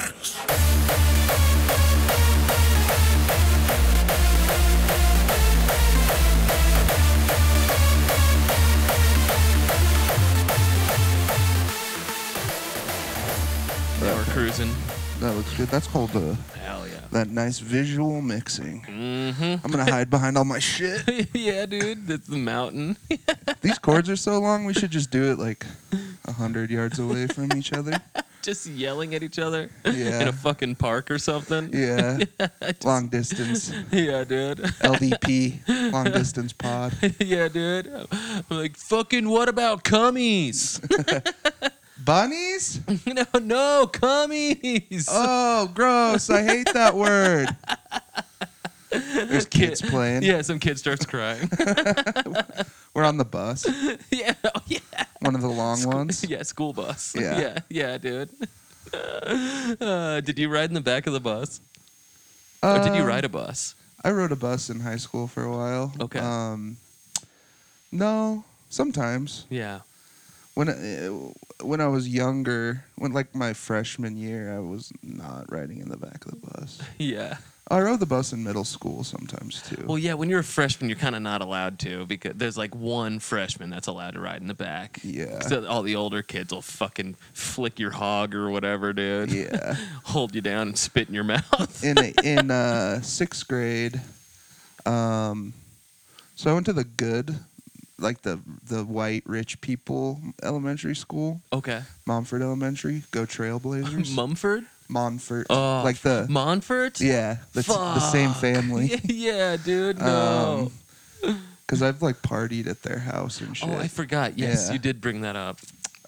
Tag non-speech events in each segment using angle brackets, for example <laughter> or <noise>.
Climax. Yeah, we're cruising. That looks good. That's called uh, Hell yeah. that nice visual mixing. Mm-hmm. I'm gonna hide behind all my <laughs> shit. <laughs> yeah, dude. That's the mountain. <laughs> These cords are so long. We should just do it like a hundred yards away from each other. Just yelling at each other in Yeah. a fucking park or something. <laughs> Yeah. Long distance Yeah, dude. <laughs> LDP, long distance pod. yeah, dude. I'm like, fucking what about cummies? <laughs> Bunnies? no, no, cummies. Oh, gross! I hate that word. There's kids playing. Yeah, some kid starts crying. <laughs> <laughs> We're on the bus, yeah, oh, yeah. one of the long ones. <laughs> Yeah, school bus. <laughs> Yeah. yeah, yeah, dude. Uh, did you ride in the back of the bus? or Oh, did you Um, ride a bus? I rode a bus in high school for a while. Okay. Um, no, sometimes Yeah. when I, when I was younger, when like my freshman year, I was not riding in the back of the bus. Yeah. I rode the bus in middle school sometimes too. Well, yeah, when you're a freshman, you're kind of not allowed to because there's like one freshman that's allowed to ride in the back. Yeah. <laughs> So all the older kids will fucking flick your hog or whatever, dude. yeah. <laughs> Hold you down and spit in your <laughs> mouth. in in uh, sixth grade. Um, so I went to the good, like the the white rich people elementary school, okay. Montford Elementary. <laughs> Go Trailblazers, Mumford? Montford, Oh, like the Monfort? Uh, yeah, the, t- the same Fuck. family. Yeah, <laughs> yeah, dude. No. Um, Because I've like partied at their house and shit. oh, I forgot. Yes, Yeah. you did bring that up.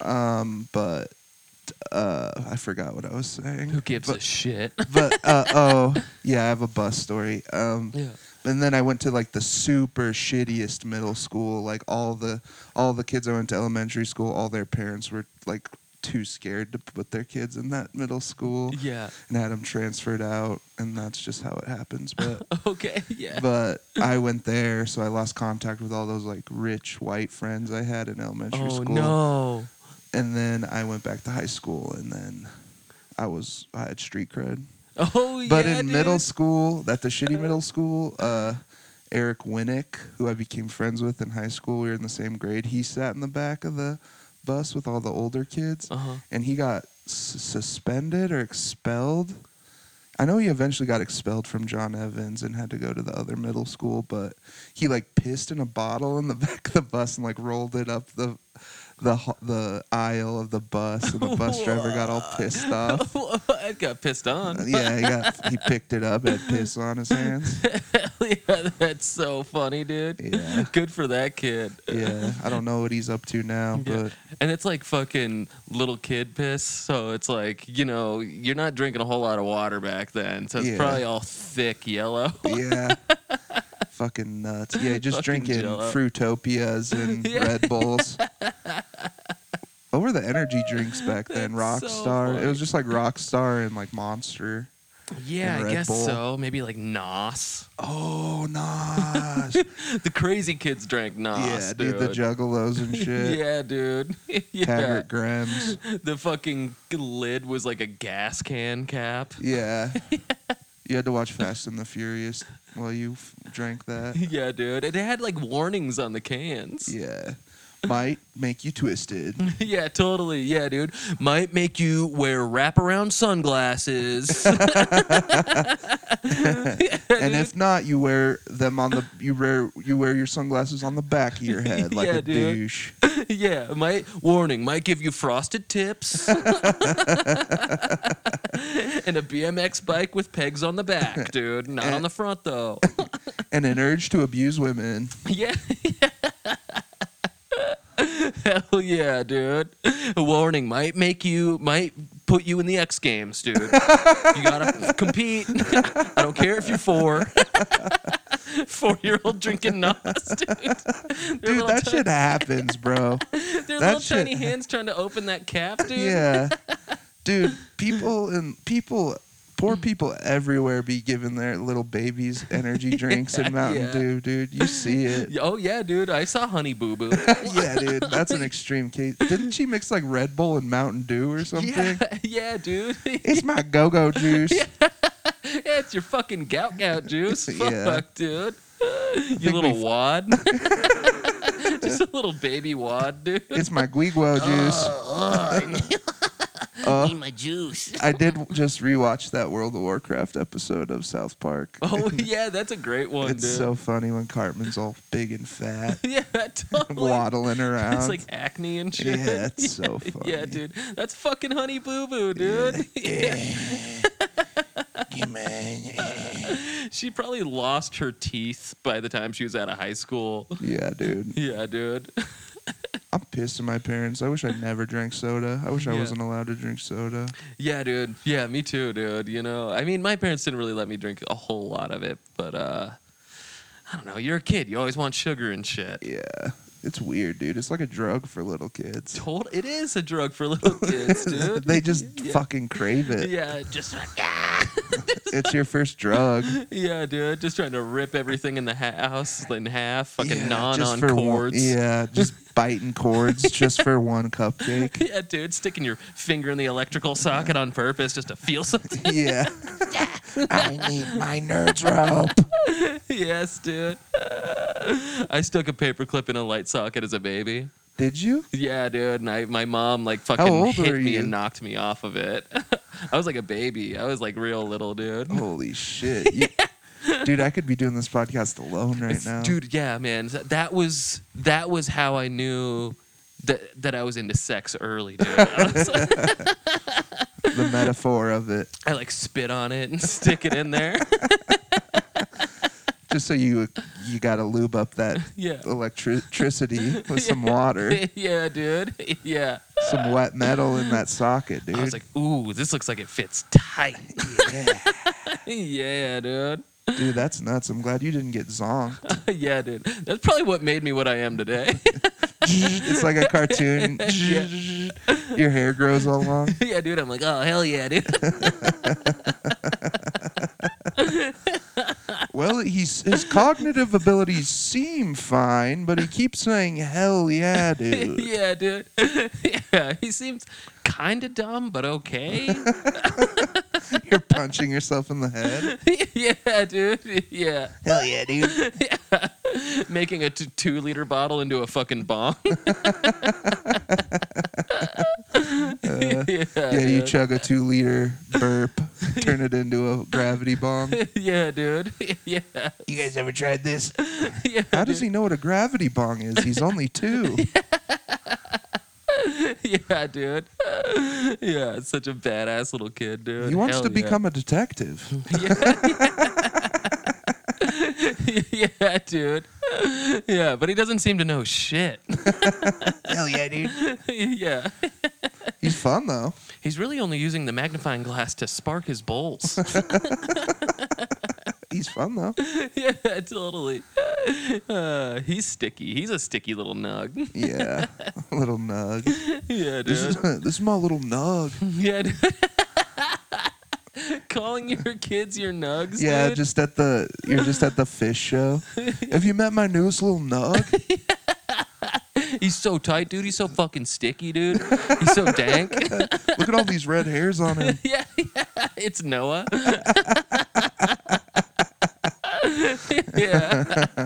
um, but uh, I forgot what I was saying. Who gives but, a shit? <laughs> But uh, oh yeah, I have a bus story. Um, yeah. And then I went to like the super shittiest middle school. Like all the all the kids I went to elementary school, all their parents were like too scared to put their kids in that middle school Yeah. <laughs> and had them transferred out. And that's just how it <laughs> happens. But Okay. Oh, Yeah. but I went there, so I lost contact with all those like rich white friends I had in elementary oh school. no. And then I went back to high school, and then I was I had street cred. Oh But yeah. in middle dude. school, at the shitty middle school, uh, Eric Winnick, who I became friends with in high school, we were in the same grade. He sat in the back of the bus with all the older kids, Uh-huh. and he got s- suspended or expelled. I know he eventually got expelled from John Evans and had to go to the other middle school, but he like pissed in a bottle in the <laughs> back of the bus and like rolled it up the the ho- the aisle of the bus, and the bus driver got all pissed off. Uh-huh. <laughs> I got pissed on. Yeah, he, got, he picked it up, had piss on his hands. Hell <laughs> yeah, that's so funny, dude. Yeah. Good for that kid. Yeah, I don't know what he's up to now, Yeah. but And it's like fucking little kid piss. So it's like, you know, you're not drinking a whole lot of water back then. So it's Yeah. probably all thick yellow. <laughs> yeah. Fucking nuts. Yeah, just Fucking drinking Jell-O. Fruitopias and <laughs> Yeah. Red Bulls. What were the energy <laughs> drinks back then? That's so Rockstar. it funny. was just like Rockstar and like Monster. yeah, And I Red guess Bull. so. Maybe like Nos. Oh, Nosh. <laughs> The crazy kids drank Nos. yeah, dude. dude, the <laughs> Juggalos and shit. Yeah, dude. <laughs> yeah. <laughs> Taggart Grams. The fucking lid was like a gas can cap. <laughs> Yeah. You had to watch Fast and the Furious while you f- drank <laughs> that. Yeah, dude. And it had like warnings on the cans. Yeah. Might make you twisted. <laughs> Yeah, totally. Yeah, dude. Might make you wear wraparound sunglasses. <laughs> and <laughs> if not, you wear them on the you wear you wear your sunglasses on the back of your head like Yeah, a dude. douche. yeah, might warning, might give you frosted tips. <laughs> and a BMX bike with pegs on the back, dude. Not on the front though. And an urge to abuse women. yeah. <laughs> Hell yeah, dude. Warning might make you might put you in the X games, dude. you <laughs> gotta compete. <laughs> I don't care if you're four. <laughs> four year old drinking Nas, dude. Their <laughs> Dude, little that ti- shit happens, <laughs> bro. Their that little tiny shit- hands trying to open that cap, dude. <laughs> yeah. Dude, people and people Mm. Poor people everywhere be giving their little babies energy drinks and Mountain <laughs> yeah. Dew, dude. <laughs> You see it. Oh yeah, dude. I saw Honey Boo <laughs> Boo. yeah, dude. That's an extreme case. Didn't she mix like Red Bull and Mountain Dew or something? <laughs> yeah, yeah, dude. <laughs> yeah, It's my go go juice. it's your fucking gout gout <laughs> juice. Fuck, Yeah. dude. You think little we- <laughs> wad. <laughs> Just a little baby wad, <laughs> dude. It's <laughs> my guiguo juice. Uh, <laughs> Uh, Need my juice. I did just rewatch that World of Warcraft episode of South Park. <laughs> Oh yeah, that's a great one, it's dude. so funny when Cartman's all big and fat, <laughs> yeah, <laughs> totally. waddling around. It's like acne and shit. Yeah, it's <laughs> so Yeah, funny. dude. That's fucking honey boo boo, dude. <laughs> you man. she probably lost her teeth by the time she was out of high school. <laughs> Yeah, dude. Yeah, dude. I'm pissed at my parents. I wish I never drank soda. I wish I Yeah. wasn't allowed to drink soda. Yeah, dude. Yeah, me too, dude. You know, I mean, my parents didn't really let me drink a whole lot of it, but uh I don't know. You're a kid. You always want sugar and shit. Yeah. It's weird, dude. It's like a drug for little kids. Told it is a drug for <laughs> little kids, dude. they just fucking crave it. yeah, just like It's your first <laughs> drug. Yeah, dude, just trying to rip everything in the ha- house in half, fucking Yeah, non just on for one- cords. yeah, just biting cords just for one <laughs> cupcake. <laughs> Yeah, dude, sticking your finger in the electrical socket on purpose just to feel something. <laughs> Yeah. I need my nerds rope. yes, dude. <laughs> I stuck a paperclip in a light socket as a baby. Did you? Yeah, dude, and I, my mom like fucking old <laughs> hit were me and you? knocked me off of it. <laughs> I was like a baby. I was like real little, dude. Holy shit. <laughs> You- Dude, I could be doing this podcast alone right now. Dude, yeah, man. Th- That was that was how I knew that that I was into sex early, dude. I was <laughs> <laughs> like, the metaphor of it. I like spit on it and stick it in there. Just so you you gotta lube up that <laughs> Yeah. electricity with <laughs> some water, yeah, dude. <laughs> Yeah. some wet metal in that socket, dude. I was like, ooh, this looks like it fits tight. <laughs> yeah. yeah, dude. <laughs> Dude, that's nuts. I'm glad you didn't get zonked. yeah, dude. That's probably what made me what I am today. <laughs> <laughs> it's like a <laughs> cartoon. Your hair grows all long. yeah, dude. I'm like, oh hell yeah, dude. Well, he's, his cognitive abilities seem fine, but he keeps saying, hell yeah, <laughs> dude. yeah, dude. yeah, he seems kind of dumb, but <laughs> okay. <laughs> <laughs> You're punching yourself in the head. yeah, dude. Yeah, Hell yeah, dude. making a t- two-liter bottle into a fucking <laughs> bong. Uh, yeah, Yeah, you dude. chug a two liter burp, turn it into a gravity bomb. <laughs> yeah, dude. Yeah. You guys ever tried this? yeah How does he know what a gravity bong is? He's only two. Yeah, dude. <laughs> Yeah, it's such a badass little kid, dude. <laughs> He wants Hell to yeah. become a detective. <laughs> yeah, dude. <laughs> Yeah, but he doesn't seem to know shit. <laughs> Hell yeah, dude. yeah. He's fun, though. He's really only using the magnifying glass to spark his <laughs> bowls. <laughs> He's fun, though. yeah, totally. Uh, he's sticky. He's a sticky little nug. <laughs> Yeah. <laughs> little nug. yeah, This is, dude. <laughs> this is my little nug. yeah. Dude. <laughs> Calling your kids your nugs. Yeah, dude? just at the you're just at the fish show. Have you met my newest little nug? He's so tight, dude. He's so fucking sticky, dude. He's so <laughs> dank. <laughs> Look at all these red hairs on him. yeah, yeah, it's Noah. <laughs> yeah. <laughs>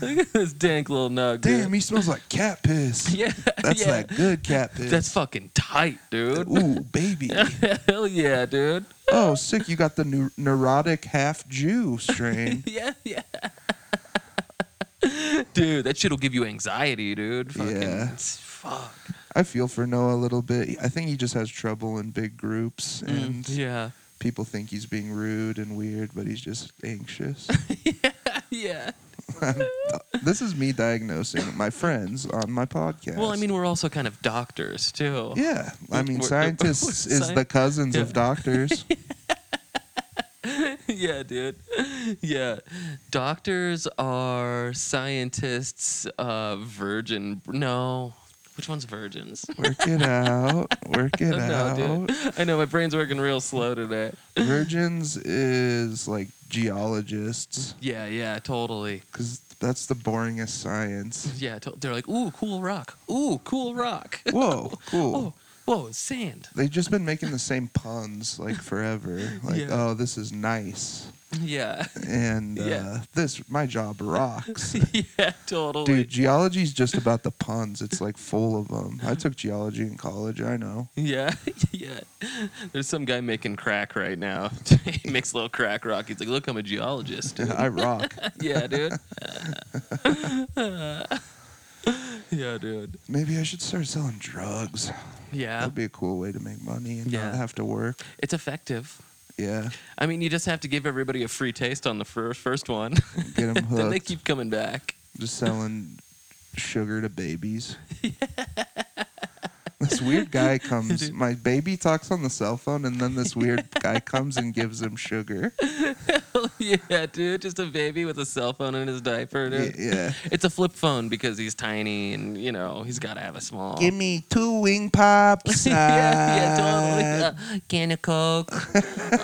Look at this dank little nug. Damn, dude. he smells like cat piss. Yeah. That's yeah. that good cat piss. That's fucking tight, dude. Ooh, baby. <laughs> Hell yeah, dude. Oh, sick. You got the neu- neurotic half <laughs> Jew strain. Yeah, yeah. Dude, that shit'll give you anxiety, dude. Fucking Yeah. fuck. I feel for Noah a little bit. I think he just has trouble in big groups Mm. and Yeah. people think he's being rude and weird, but he's just anxious. Yeah. this is me diagnosing my friends on my podcast. Well, I mean, we're also kind of doctors too. yeah. I mean, We're- scientists we're is sci- the cousins Yeah. <laughs> of doctors. <laughs> yeah, dude. Yeah. Doctors are scientists, uh, virgin. No. Which one's virgins? Work it out. Work it no, out. dude. <laughs> I know my brain's working real slow today. Virgins is like geologists Yeah, yeah, totally. because that's the boringest science. Yeah, to- they're like, ooh, cool rock. Ooh, cool rock. <laughs> Whoa, cool. Oh, whoa, it's sand. They've just been making the same puns like forever. Like, Yeah. oh, this is nice, Yeah, and uh, Yeah. this my job rocks. <laughs> yeah, totally. Dude, geology's just about the puns. It's like full of them. I took geology in college. I know. Yeah, <laughs> yeah. There's some guy making crack right now. <laughs> he makes a little crack rock. He's like, look, I'm a geologist. <laughs> I rock. yeah, dude. <laughs> yeah, dude. Maybe I should start selling drugs. Yeah, That'd be a cool way to make money and Yeah. not have to work. it's effective. <laughs> Yeah, I mean, you just have to give everybody a free taste on the fir- first one. <laughs> get them then they hooked. keep coming back. <laughs> Just selling sugar to babies. This weird guy comes. Dude. My baby talks on the cell phone, and then <laughs> this weird guy comes and gives him sugar. yeah, dude. Just a baby with a cell phone in his diaper, Yeah, dude. yeah. It's a flip phone because he's tiny and, you know, he's got to have a small. <laughs> Give me two wing pops. yeah, yeah, uh, totally. Uh, can of <laughs> Coke,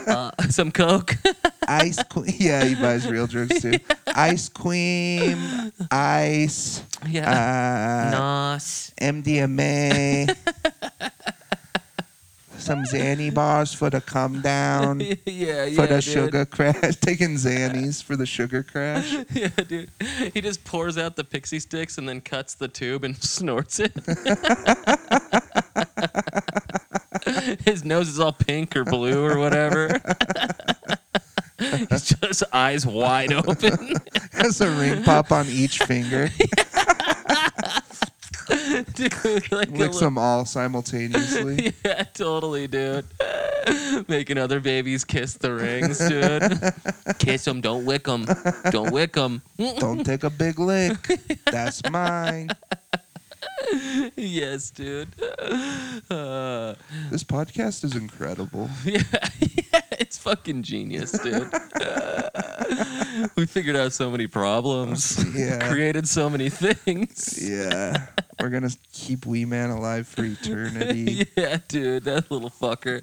uh, some Coke. <laughs> Ice cream. <laughs> Yeah, he buys real drugs too. Ice cream, <laughs> ice, yeah. uh, Nos. MDMA, some Xanny bars for the come <laughs> down, yeah, yeah. um, for the dude. sugar crash. <laughs> Taking Xannies for the sugar crash. Yeah, dude. <laughs> He just pours out the pixie sticks and then cuts the tube and <laughs> snorts it. His nose is all pink or blue or whatever. <laughs> He's just eyes wide open. <laughs> Has a ring pop on each finger. dude, like a Licks little- them all simultaneously. <laughs> Yeah, totally, dude. <laughs> Making other babies kiss the rings, dude. <laughs> kiss them, don't lick them. Don't lick them. Don't take a big lick. That's mine. <laughs> yes, dude. <laughs> Uh, <laughs> This podcast is incredible. yeah, <laughs> it's fucking genius, dude. <laughs> we figured out so many problems, <laughs> Yeah. <laughs> created so many things. <laughs> Yeah. We're going to keep Wee Man alive <laughs> for eternity. Yeah, dude, that little fucker.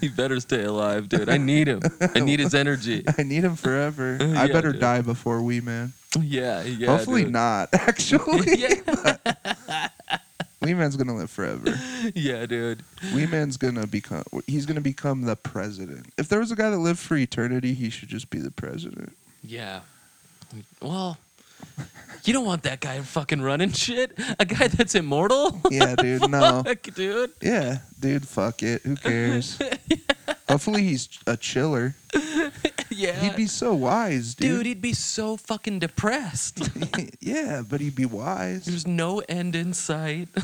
<laughs> he better stay alive, dude. I need him. I need his energy. <laughs> I need him forever. I Yeah, better dude. die before Wee Man. Yeah, yeah. Hopefully dude. not, <laughs> <laughs> actually. yeah. Wee Man's gonna live forever. Yeah, dude. Wee Man's gonna become. He's gonna become the president. If there was a guy that lived for eternity, he should just be the president. Yeah. Well, you don't want that guy fucking running shit. A guy that's immortal? Yeah, <laughs> dude. No. Fuck, dude. Yeah, dude. Fuck it. <laughs> Who cares? Hopefully, he's a chiller. Yeah. He'd be so wise, dude, dude. he'd be so fucking depressed. <laughs> <laughs> yeah, but he'd be wise. There's no end in sight. <laughs>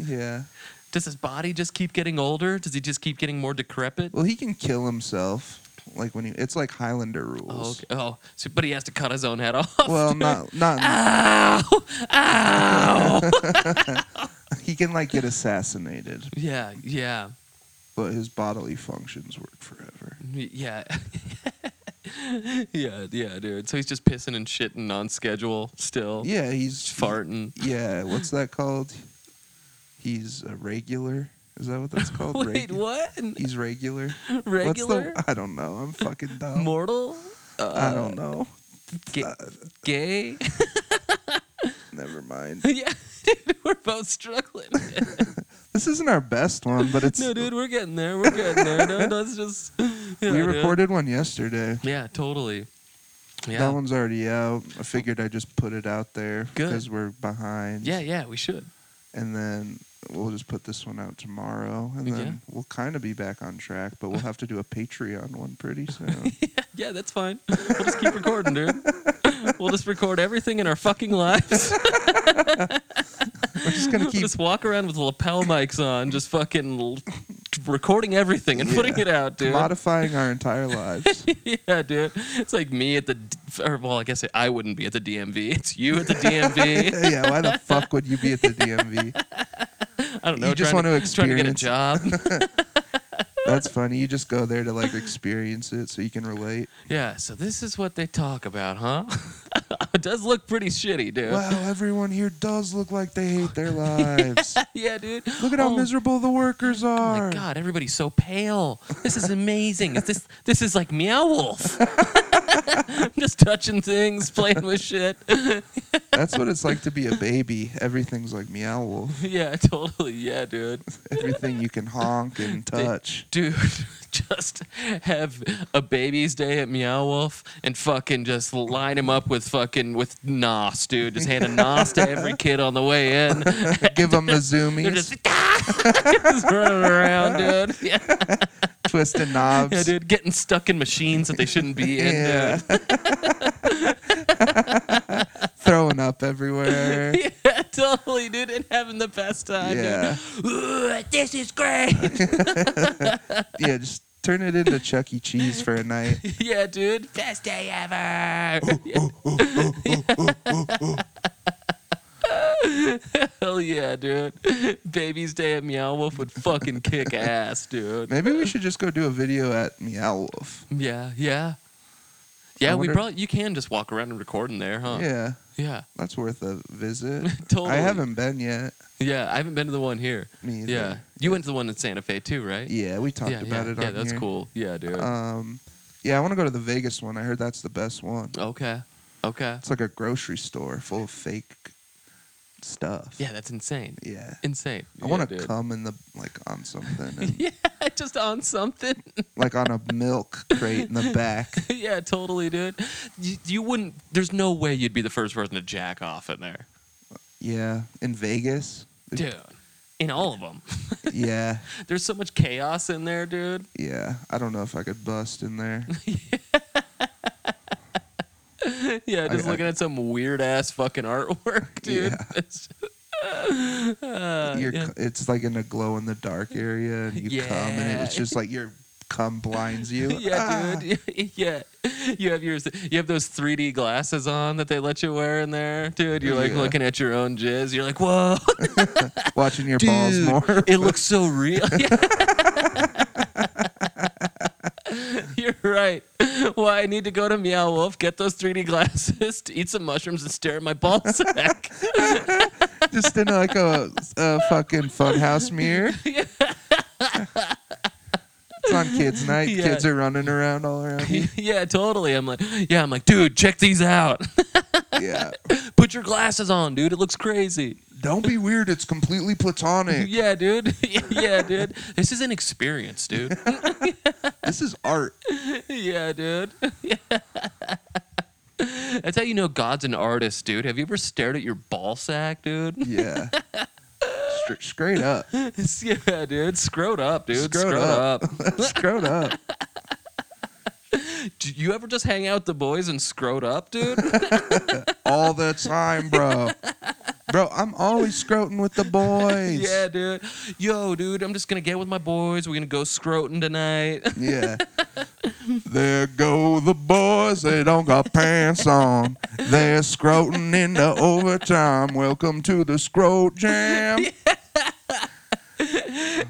Yeah. Does his body just keep getting older? Does he just keep getting more decrepit? Well, he can kill himself. Like when he, it's like Highlander Oh, rules. okay. oh so, but he has to cut his own head <laughs> off. Well, not Ah. not. Ow! <laughs> Ow! He can like get assassinated, yeah, yeah, but his bodily functions work forever. yeah. <laughs> yeah, yeah, dude. So he's just pissing and shitting on schedule still. Yeah, he's Just <laughs> farting. Yeah, what's that called? He's a regular. Is that <laughs> what that's called? Wait, Regu- what? He's regular. What's Regular? the? uh, I don't know. I'm fucking dumb. Mortal? Uh, I don't know. <laughs> Uh, Ga- gay? <laughs> Never mind. yeah, dude, we're both struggling. This isn't our best one, <laughs> but it's. no, dude, we're getting there. We're getting there. No, <laughs> that's just. Yeah, we dude. recorded one yesterday. Yeah, totally. Yeah. That one's already out. I figured I just put it out there Good. because we're behind. Yeah, yeah, we should. And then we'll just put this one out tomorrow, and Yeah. then we'll kind of be back on track, <laughs> but we'll have to do a Patreon one pretty soon. Yeah, that's fine. We'll just keep recording, <laughs> dude. We'll just record everything in our fucking lives. we're just <laughs> gonna We'll keep just walk around with lapel mics on, just fucking l- recording everything and putting Yeah. it out, dude. modifying our entire lives. <laughs> yeah, dude. It's like me at the, d- or well, I guess I wouldn't be at the DMV. It's you at the <laughs> DMV. yeah, why the fuck would you be at the DMV? I don't know. You just trying want to trying to get a experience- job. <laughs> That's funny. You just go there to like experience it so you can relate. yeah. So this is what they talk about, huh? <laughs> it does look pretty shitty, dude. Wow, everyone here does look like they hate <laughs> their lives. Yeah, dude. Look at how Oh, miserable the workers Oh are. my god, everybody's so pale. This is amazing. Is this this is like Meow Wolf? <laughs> Just touching things, playing with shit. That's what it's like to be a baby. Everything's like meow <laughs> wolf. yeah, totally. Yeah, dude. Everything you can honk <laughs> and touch. Dude, just have a baby's day at Meow Wolf and fucking just line him up with fucking with Nos, dude. Just hand a Nos to every kid on the way <laughs> in. <laughs> Give them the They're zoomies, just, <laughs> just running around, dude. <laughs> Yeah. twisting knobs. Yeah, dude, getting stuck in machines that they shouldn't be in. <laughs> Yeah. <laughs> Throwing up <laughs> everywhere. Dude. Yeah, totally, dude, and having the best time. Yeah. Dude. Ooh, <laughs> this is great. Yeah, just turn it into Chuck E. Cheese for a night. <laughs> yeah, dude, best day ever. <laughs> Hell yeah, dude. Baby's Day at Meow Wolf would fucking kick ass, dude. Maybe we should just go do a video at Meow Wolf. Yeah, yeah. Yeah, we wonder- probably you can just walk around and record in there, huh? Yeah, Yeah. that's worth a <laughs> visit. Totally. I haven't been yet. Yeah, I haven't been to the one here. Me either. Yeah. You went to the one in Santa Fe too, right? Yeah, we talked yeah, about yeah, it on Yeah, that's here. cool. Yeah, dude. Um, yeah, I want to go to the Vegas one. I heard that's the best one. okay. Okay. It's like a grocery store full of fake stuff. Yeah, that's insane. Yeah. Insane. I Yeah, want to dude. come in the like on something, and, <laughs> Yeah, just on something. like on a milk crate in the back. <laughs> yeah, totally, dude. You, you wouldn't. There's no way you'd be the first person to jack off in there, Yeah, in Vegas. dude. In all of them, Yeah, there's so much chaos in there, dude. <laughs> yeah. I don't know if I could bust in there. Yeah, I- just I- looking at some weird ass fucking artwork, <laughs> dude. Yeah. It's- Uh, You're, yeah. cu- It's like in a glow in the dark area, and you come, and Yeah. it's just like your cum blinds you. <laughs> Yeah, Ah. dude. <laughs> Yeah, you have yours. You have those 3D glasses on that they let you wear in there, dude. You're like Yeah. looking at your own jizz. You're like, whoa, <laughs> Watching your dude, <laughs> balls more. it looks so real. <laughs> You're right. Well, I need to go to Meow Wolf, get those 3D glasses, to eat some mushrooms, and stare at my ball <laughs> sack. just in like a, a fucking <laughs> funhouse mirror. It's on kids' night. Yeah. Kids are running around all <laughs> around you. yeah, totally. I'm like, yeah, I'm like, dude, check these out. <laughs> Yeah. Put your glasses on, dude. It looks crazy. Don't be weird. It's completely platonic. Yeah, dude. <laughs> yeah, dude. This is an experience, dude. <laughs> This is art. yeah, dude. <laughs> That's how you know God's an artist, dude. Have you ever stared at your ball sack, dude? Yeah. Straight, straight up. <laughs> <laughs> yeah, dude. Screwed up, dude. Screwed, Screwed up. <laughs> Screwed up. Do you ever just hang out with the boys and screwed up, <laughs> dude? All the time, bro. Bro, I'm always scroting with the boys. yeah, dude. Yo, dude, I'm just gonna get with my boys. We're gonna go scroting tonight. <laughs> Yeah. There go the boys, they don't got pants on. They're scroting in the overtime. Welcome to the <laughs> scrote jam.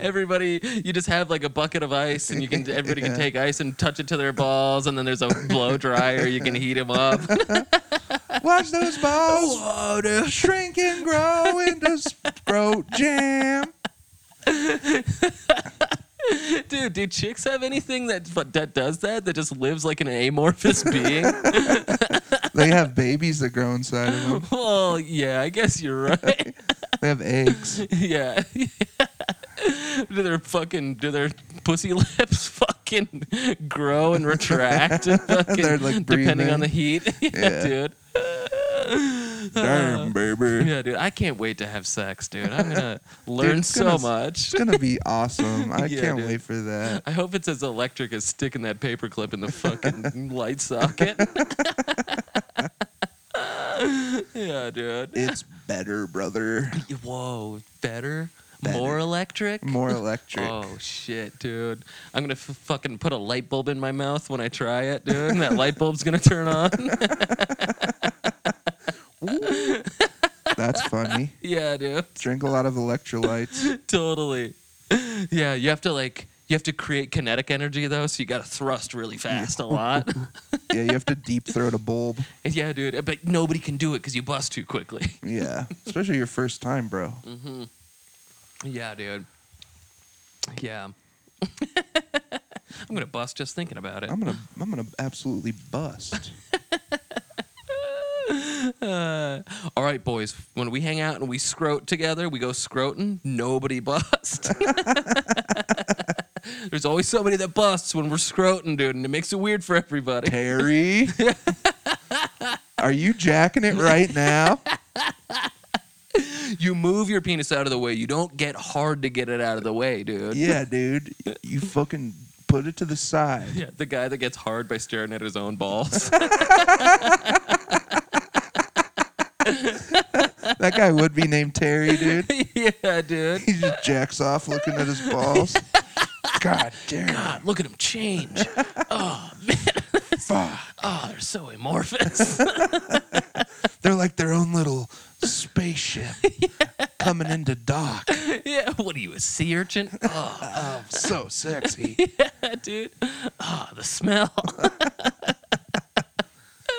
everybody, you just have like a bucket of ice, and you <laughs> can everybody can Yeah. take ice and touch it to their balls, and then there's a blow dryer. You can heat them <laughs> up. Watch those balls shrink and grow into scrote jam. Dude, do chicks have anything that that does that that just lives like an amorphous <laughs> being? They have babies that grow inside of them. well, yeah, I guess you're right. They <laughs> have eggs. yeah. do their fucking do their pussy <laughs> lips fucking grow and retract? and fucking- <laughs> They're, like, depending on breathing. the heat. <laughs> yeah, Yeah. dude. Damn, baby. Yeah, dude. I can't wait to have sex, dude. I'm <laughs> gonna learn it's so gonna s- much. It's gonna be awesome. I Yeah, can't dude. wait for that. I hope it's as electric as sticking that paperclip in the <laughs> fucking light socket. <laughs> yeah, dude. It's better, brother. Whoa, better? Better. More electric? More electric. Oh shit, dude! I'm gonna f- fucking put a light bulb in my mouth when I try it, dude. And that light bulb's gonna turn on. That's funny. yeah, dude. <laughs> Drink a lot of electrolytes. Totally. Yeah, you have to like you have to create kinetic energy though, so you gotta thrust really fast a lot. <laughs> yeah, you have to deep throat a bulb. Yeah, dude. But nobody can do it because you bust too quickly. <laughs> Yeah, especially your first time, bro. Yeah, dude. Yeah. <laughs> I'm gonna bust just thinking about it. I'm gonna, I'm gonna absolutely bust. Uh, all right, boys. When we hang out and we scrote together, we go scroting. Nobody busts. <laughs> There's always somebody that busts when we're scroting, dude, and it makes it weird for everybody. Terry, are you jacking it right now? You move your penis out of the way. You don't get hard to get it out of the way, dude. Yeah, dude, you fucking put it to the side. Yeah, the guy that gets hard by staring at his own balls. <laughs> That guy would be named Terry, dude. yeah, dude. He just jacks off looking at his balls. God damn. God, look at him <laughs> change. <laughs> Fuck. Oh, they're so amorphous. <laughs> They're like their own little spaceship coming into dock. yeah, what are you, a sea urchin? Oh, Oh, so sexy. yeah, dude. Oh, the smell.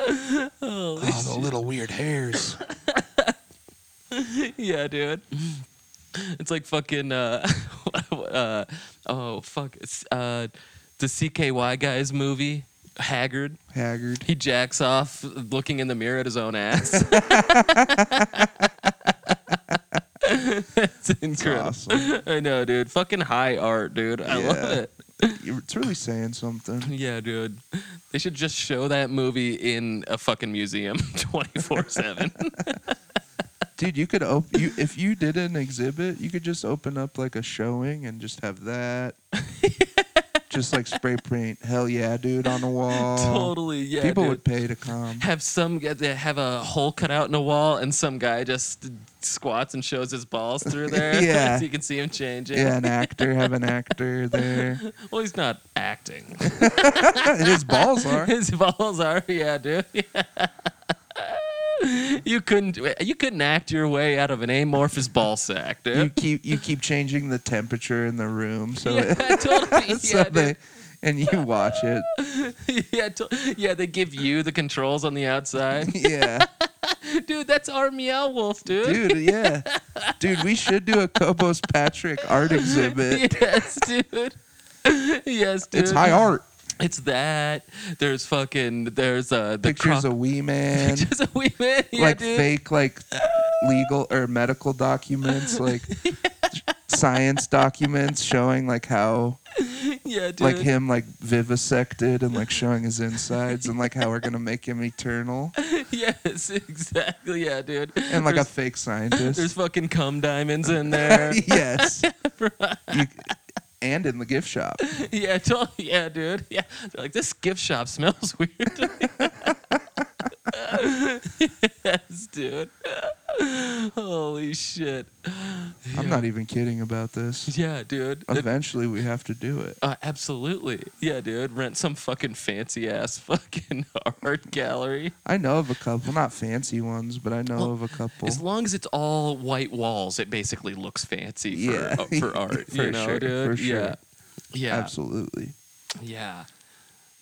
Holy Oh, the little weird hairs. shit. Yeah, dude. It's like fucking, uh, <laughs> uh oh, fuck. It's, uh, the CKY guys movie, Haggard. Haggard. He jacks off looking in the mirror at his own <laughs> ass. That's incredible. awesome. I know, dude. Fucking high art, dude. I love Yeah. it. It's really saying something. Yeah, dude. They should just show that movie in a fucking museum <laughs> 24 7. Dude, you could op- you if you did an exhibit, you could just open up like a showing and just <laughs> have that. just like spray paint. Hell yeah, dude, on the wall. Totally, yeah. People dude. would pay to come. have some guy that have a hole cut out in a wall, and some guy just squats and shows his balls through <laughs> there. <laughs> Yeah. so you can see him changing. Yeah, an actor, have an actor there. Well, he's not acting. His balls <laughs> are. His balls are, yeah, dude. <laughs> you couldn't, you couldn't act your way out of an amorphous ball sack, you dude. keep you keep changing the temperature in the room <laughs> so yeah, <laughs> it, totally. so yeah, they, and you watch <laughs> it. dude. <laughs> yeah, to- yeah, they give you the controls on the <laughs> outside, Yeah. dude. That's our meow wolf, dude. Dude, yeah. Dude, we should do a Kobos Patrick <laughs> art exhibit. yes, dude. <laughs> yes, dude. It's high art. It's that. There's fucking. There's uh the Pictures croc- <laughs> of wee man. pictures of wee man. Yeah, like dude. fake like legal or medical <laughs> documents, like science documents showing like how <laughs> Yeah, dude. like him like vivisected and like showing his insides and like how we're gonna make him eternal. <laughs> Yes, exactly. Yeah, dude. And <laughs> like a there's, fake there's scientist. fucking cum diamonds <laughs> in there. yes. You- and in the gift shop. <laughs> yeah, totally. Yeah, dude. Yeah, they're like this gift shop smells <laughs> weird. yes, dude. Holy shit. I'm not even kidding about this. Yeah, dude. It- Eventually, we have to do it. Uh, absolutely. Yeah, dude. Rent some fucking fancy ass fucking <laughs> art gallery. I know of a couple, not fancy ones, but I know of a couple. As long as it's all white walls, it basically looks fancy for, Yeah. uh, <laughs> for art. For you know, sure, dude? for sure. Yeah. Yeah. Absolutely. Yeah.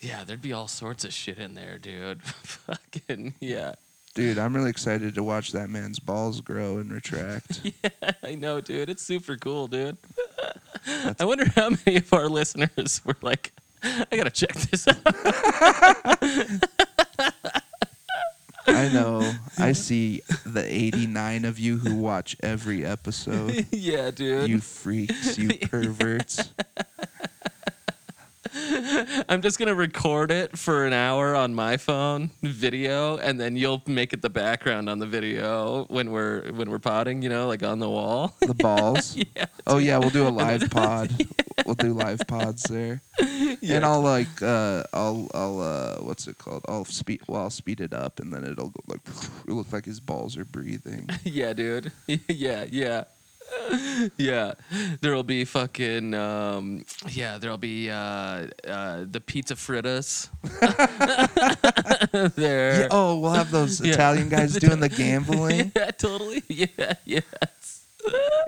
Yeah, there'd be all sorts of shit in there, dude. <laughs> fucking, yeah. <laughs> Dude, I'm really excited to watch that man's balls grow <laughs> and retract. I know, dude. It's super cool, dude. I wonder how many of our listeners were like, I gotta check this out. <laughs> <laughs> I know. I see the 89 of you who watch every episode. <laughs> yeah, dude. You <laughs> freaks, you perverts. I'm just gonna record it for an hour on my phone video, and then you'll make it the background on the video when we're when we're potting, you know, like on the wall. <laughs> The balls. yeah, Oh, yeah, we'll do a live <laughs> pod. We'll do live pods there. And I'll like uh I'll I'll uh what's it called? I'll speed well I'll speed it up and then it'll go like it'll look like his balls <laughs> are breathing. yeah, dude. yeah, yeah. <laughs> Yeah, there'll be fucking um, yeah, there'll be uh, uh, the pizza fritas <laughs> there. Yeah, oh, we'll have those <laughs> Yeah. <laughs> Italian guys doing the gambling. Yeah, <laughs> totally. Yeah, yes.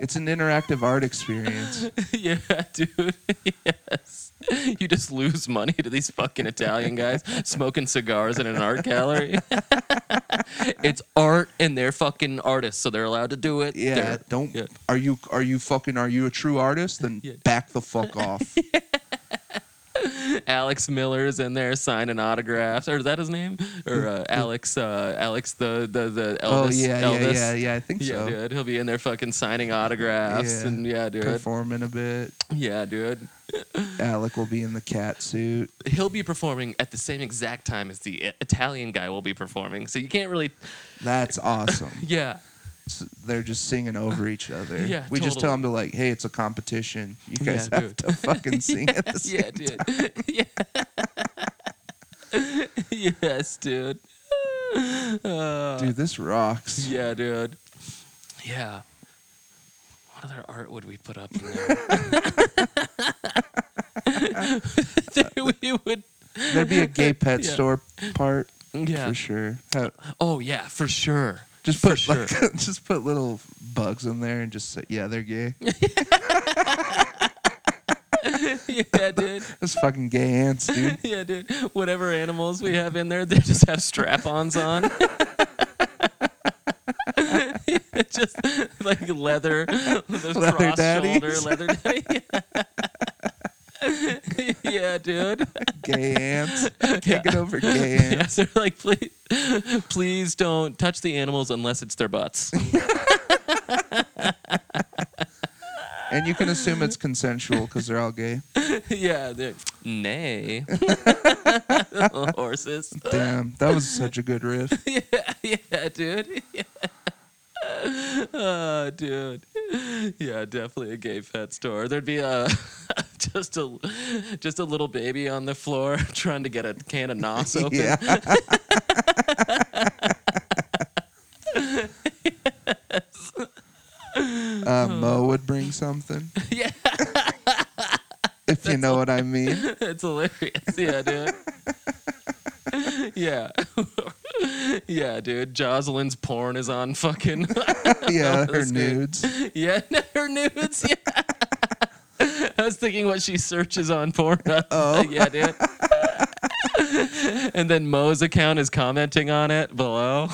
It's an interactive art experience. yeah, dude. <laughs> yes. You just lose money to these fucking Italian <laughs> guys smoking cigars in an art gallery. <laughs> it's art and they're fucking artists, so they're allowed to do it. Yeah, They're- don't. yeah. Are you are you fucking are you a true artist? Then Yeah. back <laughs> the fuck off. Alex Miller's in there signing autographs, or is that his name? Or <laughs> uh, Alex, uh, Alex the the the Elvis. oh yeah, Elvis. yeah, yeah, yeah. I think Yeah, so. dude. He'll be in there fucking signing autographs Yeah. and yeah, dude. Performing a bit. Yeah, dude. Alec will be in the cat suit. He'll be performing at the same exact time as the I- Italian guy will be performing. So you can't really <laughs> That's awesome. yeah. S- They're just singing over each other. Yeah, we just totally. tell them to like, hey, it's a competition. You guys Yeah, have dude. to <laughs> fucking sing at the same Yeah, dude. <laughs> yeah. <laughs> yes, dude. <sighs> Uh, Dude, <laughs> this rocks. Yeah, dude. Yeah. What other art would we put up in there? <laughs> That we would. There'd be a gay pet Yeah. store part Yeah. for sure. How- Oh yeah, for sure. <laughs> just For put <laughs> like just put little bugs in there and just say, yeah, <laughs> they're gay. yeah, dude. That's fucking gay ants, dude. <laughs> Yeah, dude. Whatever animals we have in there, they just have strap-ons on. <laughs> just like leather, those cross Leather shoulder daddies. leather daddy. <laughs> yeah, dude. Gay ants. <laughs> Yeah. Can't get over gay ants. Yes, they're like, please, please don't touch the animals unless it's their butts. And you can assume it's consensual because they're all gay. yeah, they're, nay. <laughs> Horses. <laughs> Damn, that was such a good riff. yeah, yeah, dude. <laughs> Yeah. Oh, dude. Yeah, definitely a gay pet store. There'd be a <laughs> just a just a little baby on the floor <laughs> trying to get a can of nos open. <laughs> <laughs> Yeah. uh, Mo would bring something, <laughs> yeah. if you know what I mean. <laughs> It's hilarious. Yeah, dude. <laughs> yeah. <laughs> yeah, dude. Jocelyn's porn is on fucking. <laughs> Yeah, That her was good. nudes. yeah, <laughs> her nudes. Yeah. <laughs> I was thinking what she searches on Pornhub. <laughs> Oh. yeah, dude. and then Mo's account is commenting on it below.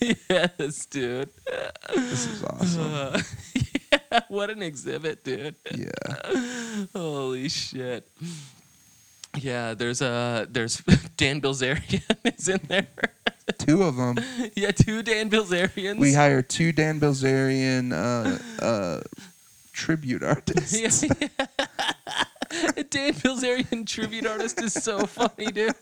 <laughs> yes, dude. <laughs> This is awesome. Uh, yeah, what an exhibit, dude. Yeah. Holy shit. Yeah, there's uh, there's <laughs> Dan Bilzerian <laughs> is in there. Two of them. yeah, two Dan Bilzerians. We hire two Dan Bilzerian uh, uh, tribute artists. <laughs> Yeah, yeah. <laughs> Dan Bilzerian tribute artist is so funny, dude. <laughs>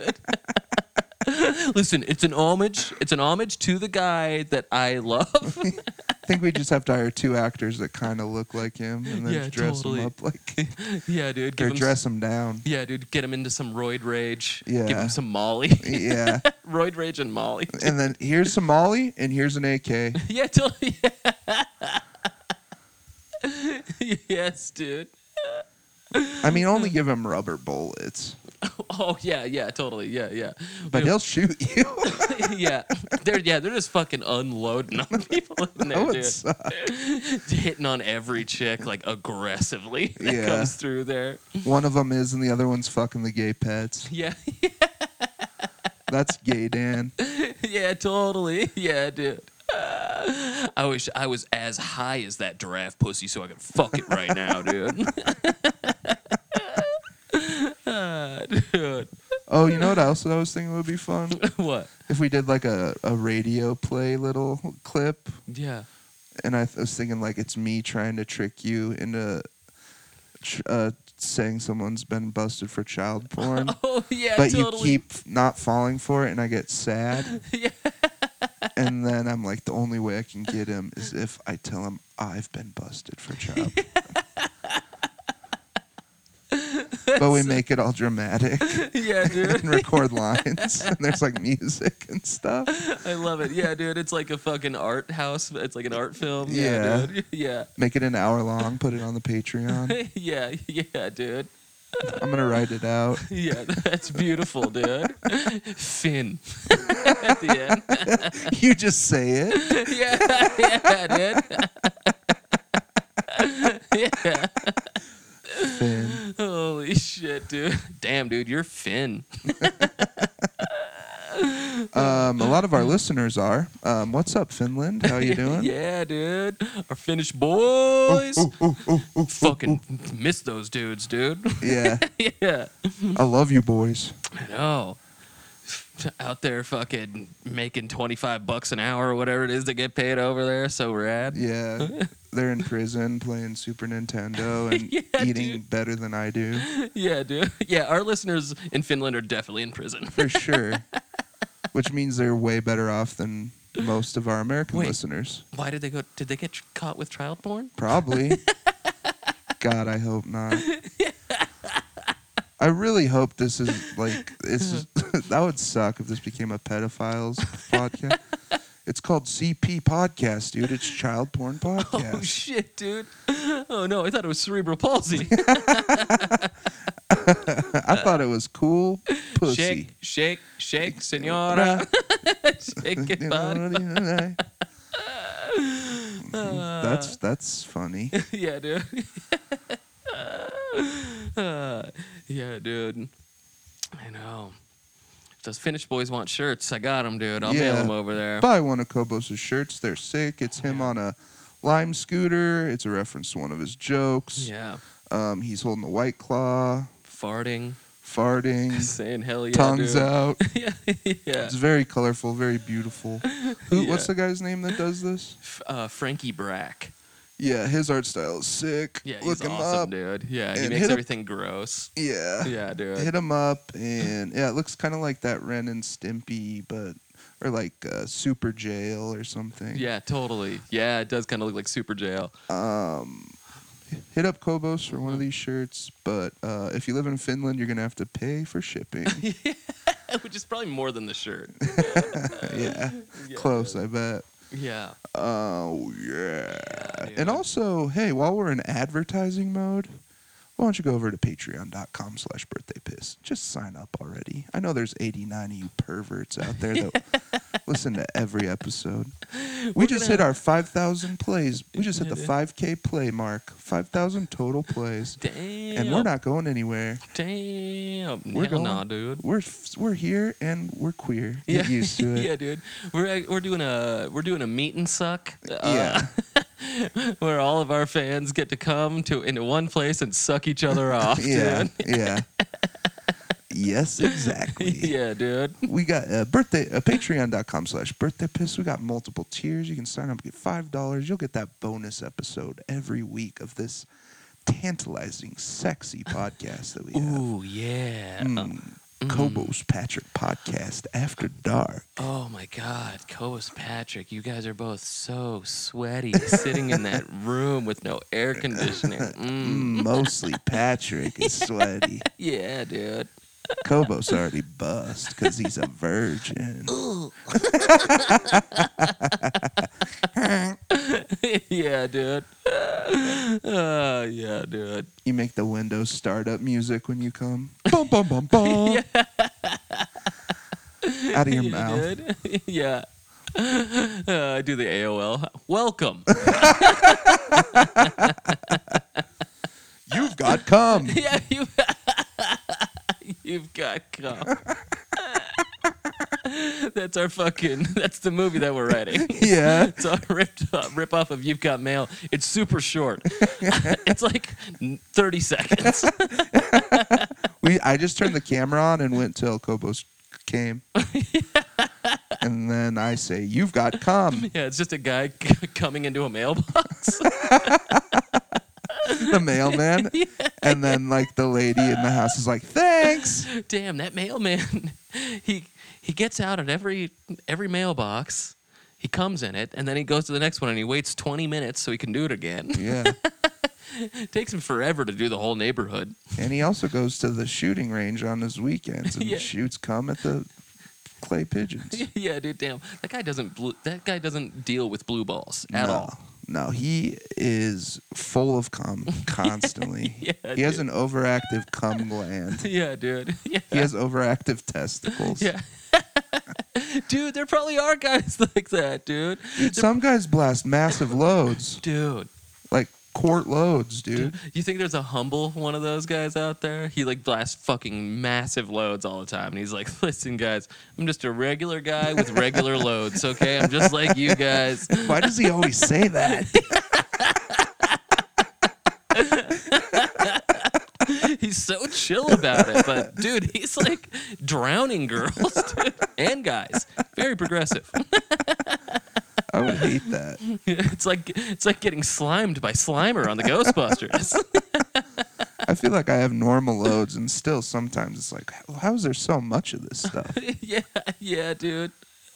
Listen, it's an homage. It's an homage to the guy that I love. <laughs> I think we just have to hire two actors that kind of look like him and then Yeah, dress totally. them <laughs> up like, yeah, dude. or him s- dress them <laughs> down. Yeah, dude. Get him into some roid rage. Give Yeah. him some <laughs> Molly. Yeah. roid rage and Molly. and then here's some Molly, and here's an AK. Yeah, totally. <laughs> yes, dude. I mean, only give him rubber bullets, Oh yeah, yeah, totally. Yeah, yeah. <laughs> but he'll shoot you. yeah, they're yeah, they're just fucking unloading on <laughs> people in there, that would dude. suck. Hitting on every chick like aggressively <laughs> that Yeah. comes through there. One of them is, and the other one's fucking the gay pets. Yeah, <laughs> That's gay, Dan. yeah, totally. Yeah, dude. I wish I was as high as that giraffe pussy so I could fuck it right now, dude. <laughs> Ah, dude, Oh, you know what else that I was thinking would be fun? what? If we did like a, a radio play little clip, Yeah. and I th- was thinking like it's me trying to trick you into tr- uh, saying someone's been busted for <laughs> child porn. Oh yeah, but totally. you keep f- not falling for it, and I get sad. <laughs> Yeah. and then I'm like, the only way I can get him is if I tell him I've been busted for child. but <laughs> we make it all dramatic <laughs> yeah, dude. and <laughs> record lines, and there's like music and stuff. I love it. Yeah, dude. It's like a fucking art house. It's like an art film. Yeah, Yeah. dude. <laughs> Yeah. Make it an hour long, put it on the Patreon. yeah, yeah, dude. I'm gonna write it out. Yeah, <laughs> that's beautiful, dude. <laughs> Finn <laughs> at the end. You just say <laughs> it. yeah, yeah, dude. yeah. <laughs> Finn. Holy shit, dude. Damn, dude, you're Finn. Um, a lot of our listeners are. Um, what's up, Finland? How you <laughs> doing? yeah, dude. Our Finnish boys. Fucking miss those dudes, dude. <laughs> Yeah. yeah. I love you boys. I know. <laughs> Out there fucking making 25 bucks an hour or whatever it is to get paid over there. So rad. Yeah. They're in prison playing <laughs> Super Nintendo and Yeah, eating better than I do. <laughs> Yeah, dude. <laughs> Yeah, our listeners in Finland are definitely in prison. For sure. <laughs> Which means they're way better off than most of our American Wait. listeners. Why did they go? Did they get caught with child porn? Probably. God, I hope not. I really hope this is like this is <laughs> that would suck if this became a pedophiles podcast. It's called CP podcast, dude. It's child porn podcast. Oh <laughs> shit, dude. Oh no, I thought it was cerebral palsy. I thought it was cool <laughs> pussy. shake, shake, <laughs> shake, senora. <laughs> shake it, bud. <laughs> That's that's funny. <laughs> yeah, dude. Uh, yeah, dude. I know. If those Finnish boys want shirts, I got them, dude. I'll mail Yeah. them over there. Buy one of Kobos' shirts. They're sick. It's him on a lime scooter. It's a reference to one of his jokes. yeah, Um, he's holding a white claw, farting, <laughs> farting, saying hell yeah, tongues dude. out. yeah, <laughs> yeah. It's very colorful, very <laughs> beautiful. Who, What's Yeah. the guy's name that does this? F- Uh, Frankie Brack. Yeah, his art style is sick. Yeah, he's Look him awesome, up. dude. Yeah, he And makes hit up- everything gross. Yeah. <laughs> Yeah, dude. hit him up and yeah it looks kind of like that ren and stimpy but or like uh, super jail or something Yeah, totally. Yeah, it does kind of look like Super Jail. <laughs> um hit up kobos for Mm-hmm. one of these shirts but uh, if you live in finland you're gonna have to pay for <laughs> shipping Which is probably more than the shirt. <laughs> yeah Yeah, close i bet Yeah. oh yeah, dude. and also hey while we're in advertising mode why don't you go over to patreon.com slash birthday piss just sign up already i know there's 89 of you perverts out there that <laughs> listen to every episode we We're just gonna- hit our 5000 plays we just hit the Yeah, dude. 5k play mark 5000 total plays Damn. and we're not going anywhere Damn. We're Hell nah, going- dude. we're f- we're here and we're queer get used <laughs> to it yeah, dude. We're ac- we're doing a we're doing a meet and suck. uh, <laughs> Yeah. where all of our fans get to come to into one place and suck each <laughs> other off, yeah dude. yeah yes <laughs> exactly yeah, dude. we got uh, birthday uh, patreon.com slash birthday piss we got multiple tiers you can sign up get five dollars you'll get that bonus episode every week of this tantalizing sexy podcast that we have Ooh, Mm-hmm. yeah. Mm. Kobos Patrick podcast after dark. Oh my God, Cobus Patrick, you guys are both so sweaty sitting in <laughs> that room with no air conditioning. Mm. Mm, Mostly Patrick is sweaty. Yeah, dude. <laughs> Kobos already bust because he's a virgin. yeah, dude. <laughs> Uh, yeah, dude. You make the Windows startup music when you come. Bum bum bum <laughs> bum. Out of your yeah, mouth. dude. <laughs> yeah. Uh, I do the AOL. Welcome. You've got <laughs> cum. yeah, you. You've got cum. <laughs> that's our fucking. That's the movie that we're writing. <laughs> <laughs> yeah. It's a ripped off, rip off of You've Got Mail. It's super short. <laughs> it's like 30 seconds. We I just turned the camera on and went till Kobos <laughs> came. And then I say, You've got cum. <laughs> yeah, it's just a guy c- coming into a mailbox. <laughs> The mailman. And then like the lady in the house is like, Thanks. Damn, that mailman. <laughs> He he gets out at every every mailbox. He comes in it and then he goes to the next one and he waits 20 minutes so he can do it again. <laughs> Yeah. It takes him forever to do the whole neighborhood. And he also goes to the shooting range on his weekends and Yeah. shoots cum at the clay pigeons. <laughs> yeah, dude, damn. That guy doesn't blu that guy doesn't deal with blue balls at No. all. <laughs> No, he is full of cum constantly. <laughs> Yeah, he has dude. an overactive <laughs> cum gland. yeah, dude. Yeah. He has overactive <laughs> testicles. Yeah. <laughs> dude, there probably are guys <laughs> like that, dude. <laughs> Some guys blast massive loads, <laughs> Dude, like quart loads, dude. dude, you think there's a humble one of those guys out there? He like blasts fucking massive loads all the time, and he's like, <laughs> "Listen, guys, I'm just a regular guy with <laughs> regular loads. Okay, I'm just like you guys." Why does he always say that? He's so chill about it, but dude, he's like drowning girls <laughs> dude, and guys. Very progressive. I would hate that. <laughs> It's like it's like getting slimed by Slimer on the Ghostbusters. I feel like I have normal loads, and still sometimes it's like, "How- how is there so much of this stuff? <laughs> yeah, yeah, dude.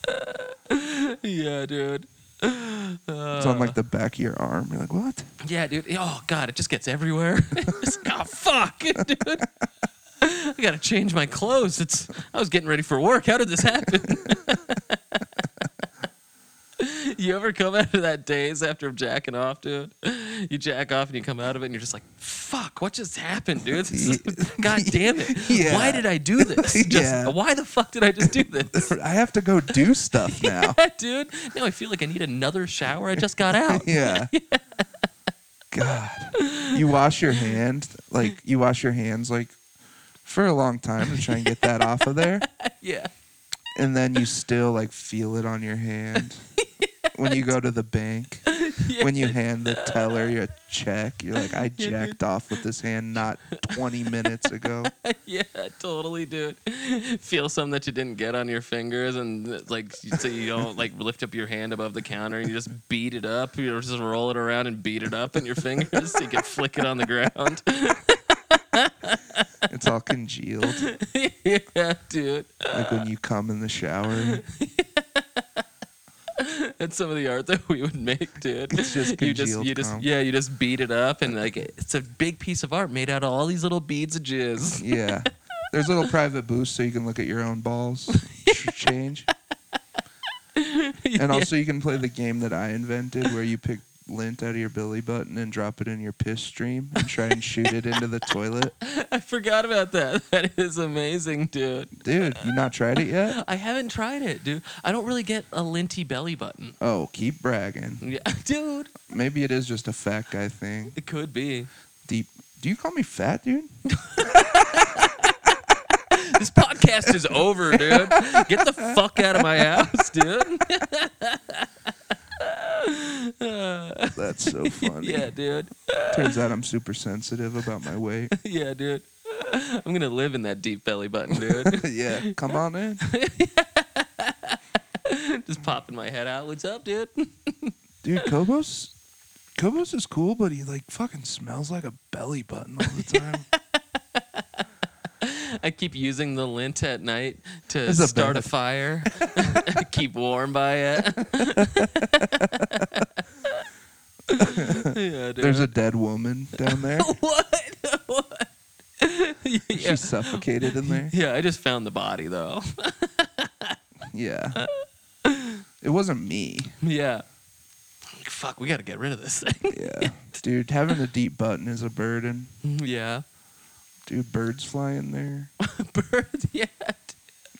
<laughs> yeah, dude. It's on like the back of your arm. You're like, what? <laughs> Yeah, dude. Oh god, it just gets everywhere. <laughs> It's- oh fuck, <laughs> dude. I gotta change my clothes. It's I was getting ready for work. How did this happen? <laughs> you ever come out of that daze after jacking off, dude? You jack off and you come out of it and you're just like, fuck, what just happened, dude? <laughs> This is- God damn it. Yeah. Why did I do <laughs> this? Just, Yeah. Why the fuck did I just do this? <laughs> I have to go do stuff now. dude, now I feel like I need another shower. I just got out. <laughs> Yeah. God. You wash your hand, like you wash your hands like for a long time to try and get that off of there. Yeah. And then you still like feel it on your hand. When you go to the bank, when you hand the teller your check, you're like, I dude. jacked off with this hand not 20 minutes ago. <laughs> yeah, totally, dude. <laughs> Feel some that you didn't get on your fingers, and uh, like so you <laughs> don't like lift up your hand above the counter and you just beat it up. You just roll it around and beat it up in your fingers so you can flick it on the ground. <laughs> It's all congealed. yeah, dude. Like when you come in the shower, That's some of the art that we would make, dude. It's just you just congealed you just cum. yeah you just beat it up and like it's a big piece of art made out of all these little beads of <laughs> jizz. Yeah. There's little private booths so you can look at your own balls ch- change. And also you can play the game that I invented where you pick lint out of your belly button and drop it in your piss stream and try and shoot it into the toilet. I forgot about that. <laughs> That is amazing, dude. Dude, you not tried it yet? <laughs> I haven't tried it, dude. I don't really get a linty belly button. Oh, keep bragging. Yeah, <laughs> dude. Maybe it is just a fat guy thing. It could be. Deep. Do you call me fat, dude? This podcast is over, dude. Get the fuck out of my house, dude. <laughs> That's so funny. <laughs> yeah, dude. Turns out I'm super sensitive about my weight. <laughs> Yeah, dude. I'm gonna live in that deep belly button, dude. <laughs> yeah, come on in. Just popping my head out. What's up, dude? Dude, Kobos, Kobos is cool, but he like fucking smells like a belly button all the <laughs> time. I keep using the lint at night to It's a start a benefit. fire. <laughs> keep warm by it. <laughs> yeah, dude. There's a dead woman <laughs> down there. what? what? <laughs> yeah. She's suffocated in there. yeah, I just found the body though. <laughs> Yeah. It wasn't me. Yeah. Fuck, we gotta get rid of this thing. Yeah. Dude, having a deep button is a burden. <laughs> yeah. Dude, birds fly in there. <laughs> Birds, yeah.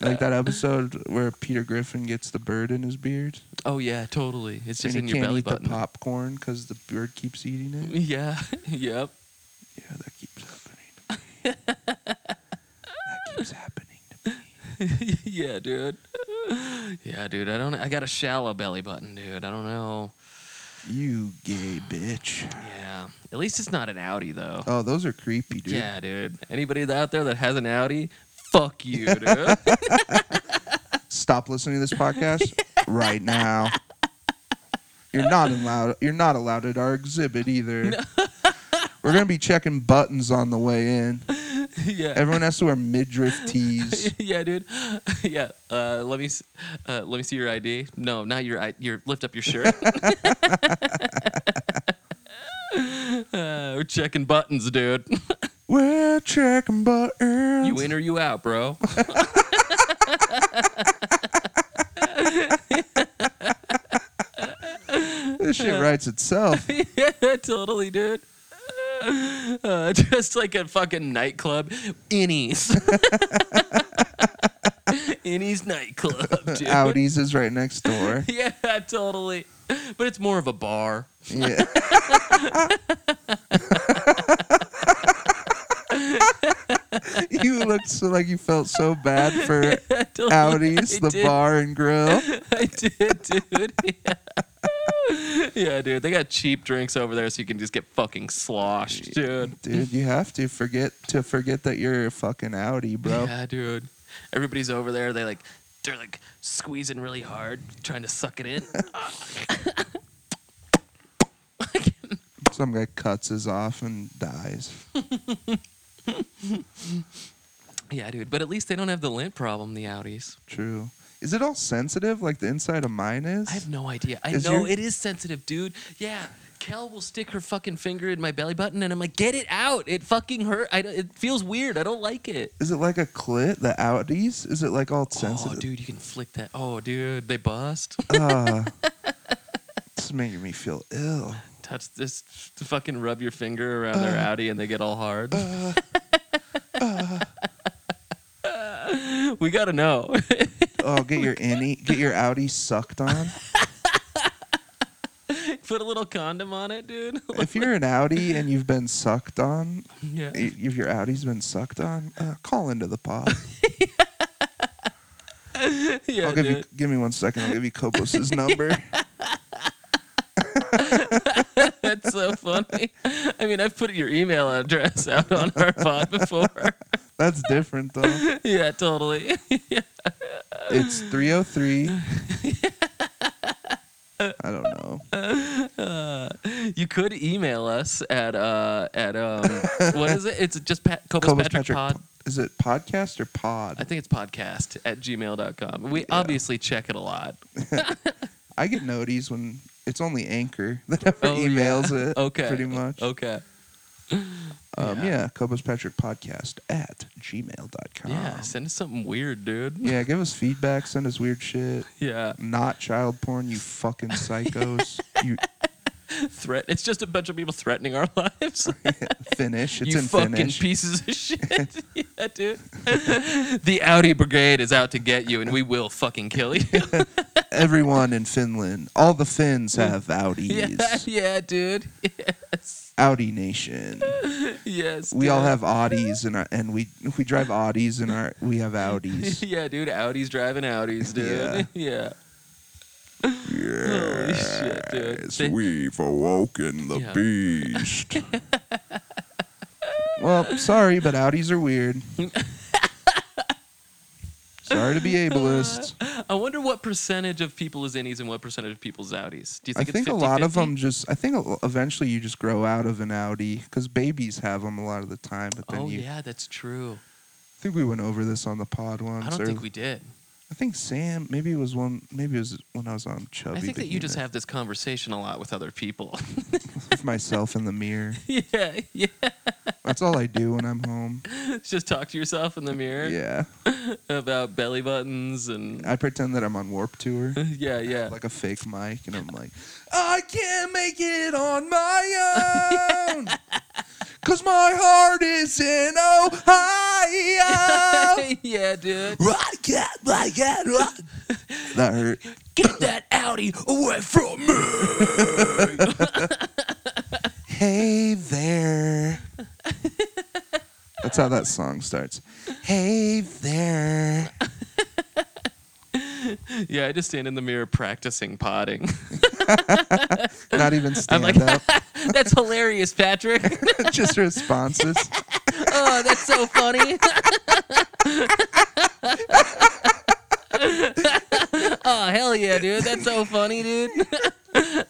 Like Uh, <laughs> that episode where Peter Griffin gets the bird in his beard. Oh yeah, totally. It's just and in he your can't belly eat button. the popcorn because the bird keeps eating <laughs> it. Yeah. <laughs> yep. Yeah, that keeps happening to me. that keeps happening to me. yeah, dude. <laughs> Yeah, dude. I don't I got a shallow belly button, dude. I don't know. You gay bitch. Yeah. At least it's not an Audi though. Oh, those are creepy, dude. Yeah, dude. Anybody out there that has an Audi, fuck you, dude. <laughs> Stop listening to this podcast <laughs> right now. You're not allowed. You're not allowed at our exhibit either. <laughs> We're gonna be checking buttons on the way in. <laughs> yeah. Everyone has to wear midriff tees. <laughs> yeah, dude. <laughs> yeah. Uh, let me s- uh, let me see your ID. No, not your ID. Your lift up your <laughs> shirt. <laughs> uh, we're checking buttons, dude. <laughs> We're checking buttons. You in or you out, bro? This shit <laughs> writes itself. <laughs> yeah, totally, dude. Uh, just like a fucking nightclub, Innies. <laughs> Innies nightclub, dude. Audi's is right next door. Yeah, totally. But it's more of a bar. <laughs> Yeah. you looked so like you felt so bad <laughs> for totally. Audi's, I the did. bar and grill. <laughs> I did, dude. Yeah. <laughs> yeah, dude. They got cheap drinks over there, so you can just get fucking sloshed, dude. Dude, you have to forget to forget that you're a fucking Audi, bro. Yeah, dude. Everybody's over there. They like they're like squeezing really hard, trying to suck <laughs> it in. Some guy cuts his off and dies. yeah, dude. But at least they don't have the lint problem, the Audis. True. Is it all sensitive like the inside of mine is? I have no idea. I Is know your- it is sensitive, dude. Yeah. Kel will stick her fucking finger in my belly button, and I'm like, "Get it out! It fucking hurt. I, don't- it feels weird. I don't like it." Is it like a clit, the Audis? Is it like all Oh, sensitive? dude, you can flick that. Oh, dude, they bust. <laughs> Oh, dude. it's making me feel ill. Touch this, fucking rub your finger around their Audi, and they get all hard. uh, <laughs> we gotta know. <laughs> Oh, get your any, get your Audi <laughs> sucked on. Put a little condom on it, dude. <laughs> If you're an Audi and you've been sucked on, yeah. i- if your Audi's been sucked on, uh, call into <laughs> the pod. yeah, I'll give you, dude. give me one second. I'll give you <laughs> Kobos's number. That's so funny. I mean, I've put your email address <laughs> out on our pod before. <laughs> That's different though. yeah, totally. <laughs> It's 303. I don't know. Uh, You could email us at uh at um what is it? It's just Pat Cobus Kobos Patrick, Pod. po- Is it podcast or pod? I think it's podcast at gmail.com. We obviously check it a <laughs> lot. I get noties when it's only Anchor that ever Oh, yeah. emails it. Okay. Oh, Pretty much. Okay. Um, yeah. yeah. Cobos Patrick Podcast at gmail.com. Yeah. Send us something weird, dude. Um, yeah, give us feedback. Send us weird shit. <laughs> Yeah. Not child porn, you <laughs> fucking psychos. you Threat. It's just a bunch of people threatening our <laughs> lives. finish. It's you in fucking finish. pieces <laughs> of shit. <laughs> yeah, dude. the Audi Brigade is out to get you, and we will fucking kill you. <laughs> Everyone in Finland, all the Finns have Audis. <laughs> yeah, yeah, dude. <laughs> Yes. Audi Nation. Yes. We all dude. <laughs> have Audis in our, and we we drive Audis and our we have Audis. yeah, dude. Audis driving Audis, dude. <laughs> yeah. Holy shit, dude. Yes, They- we've awoken the Yeah. <laughs> beast. well, sorry, but Audis are weird. sorry to be ableist. I wonder what percentage of people is innies and what percentage of people's outies. Do you I think it's think a lot of 50-50? them just. I think a- eventually you just grow out of an Audi because babies have them a lot of the time. But then Oh you. yeah, that's true. I think we went over this on the pod once. I don't or- think we did. I think Sam. Maybe it was one. Maybe it was when I was on Chubby. I think that you just Behemoth have this conversation a lot with other people. <laughs> with myself in the mirror. yeah, yeah. That's all I do when I'm home. Just talk to yourself in the <laughs> mirror Yeah, about belly buttons and I pretend that I'm on Warp Tour. <laughs> yeah, yeah. like a fake mic and I'm like, I can't make it on my <laughs> own. Cause my heart is in Ohio. <laughs> yeah, dude. <laughs> Rock it, rock it, rock. <laughs> That hurt. Get that Audi away from me. Hey there. That's how that song starts. Hey there. Yeah, I just stand in the mirror practicing potting. <laughs> Not even stand like- up. that's hilarious, Patrick. <laughs> <laughs> Just responses. oh, that's so funny. oh hell yeah, dude! That's so funny, dude.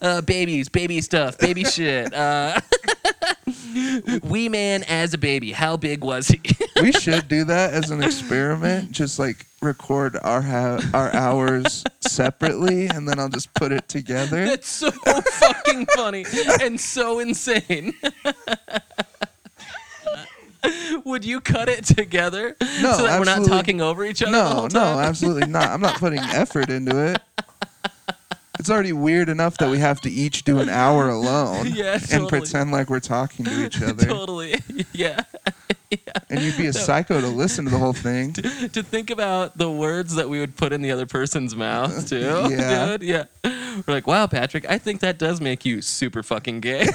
uh, babies, baby stuff, baby shit. Uh, wee man as a baby. How big was he? <laughs> we should do that as an experiment. Just like record our ha- our hours separately, and then I'll just put <laughs> it together. that's so fucking funny and so insane. <laughs> Would you cut it together No, so that we're not absolutely- talking over each other the No, whole no, time? absolutely not. I'm not putting effort into it. it's already weird enough that we have to each do an <laughs> hour alone Yeah, and totally. pretend like we're talking <laughs> to each other. totally. Yeah. And you'd be a psycho to listen to the <laughs> whole thing. <laughs> to think about the words that we would put in the other person's mouth too. <laughs> <laughs> Yeah. Dude, yeah. We're like, wow, Patrick, I think that does make you super fucking gay.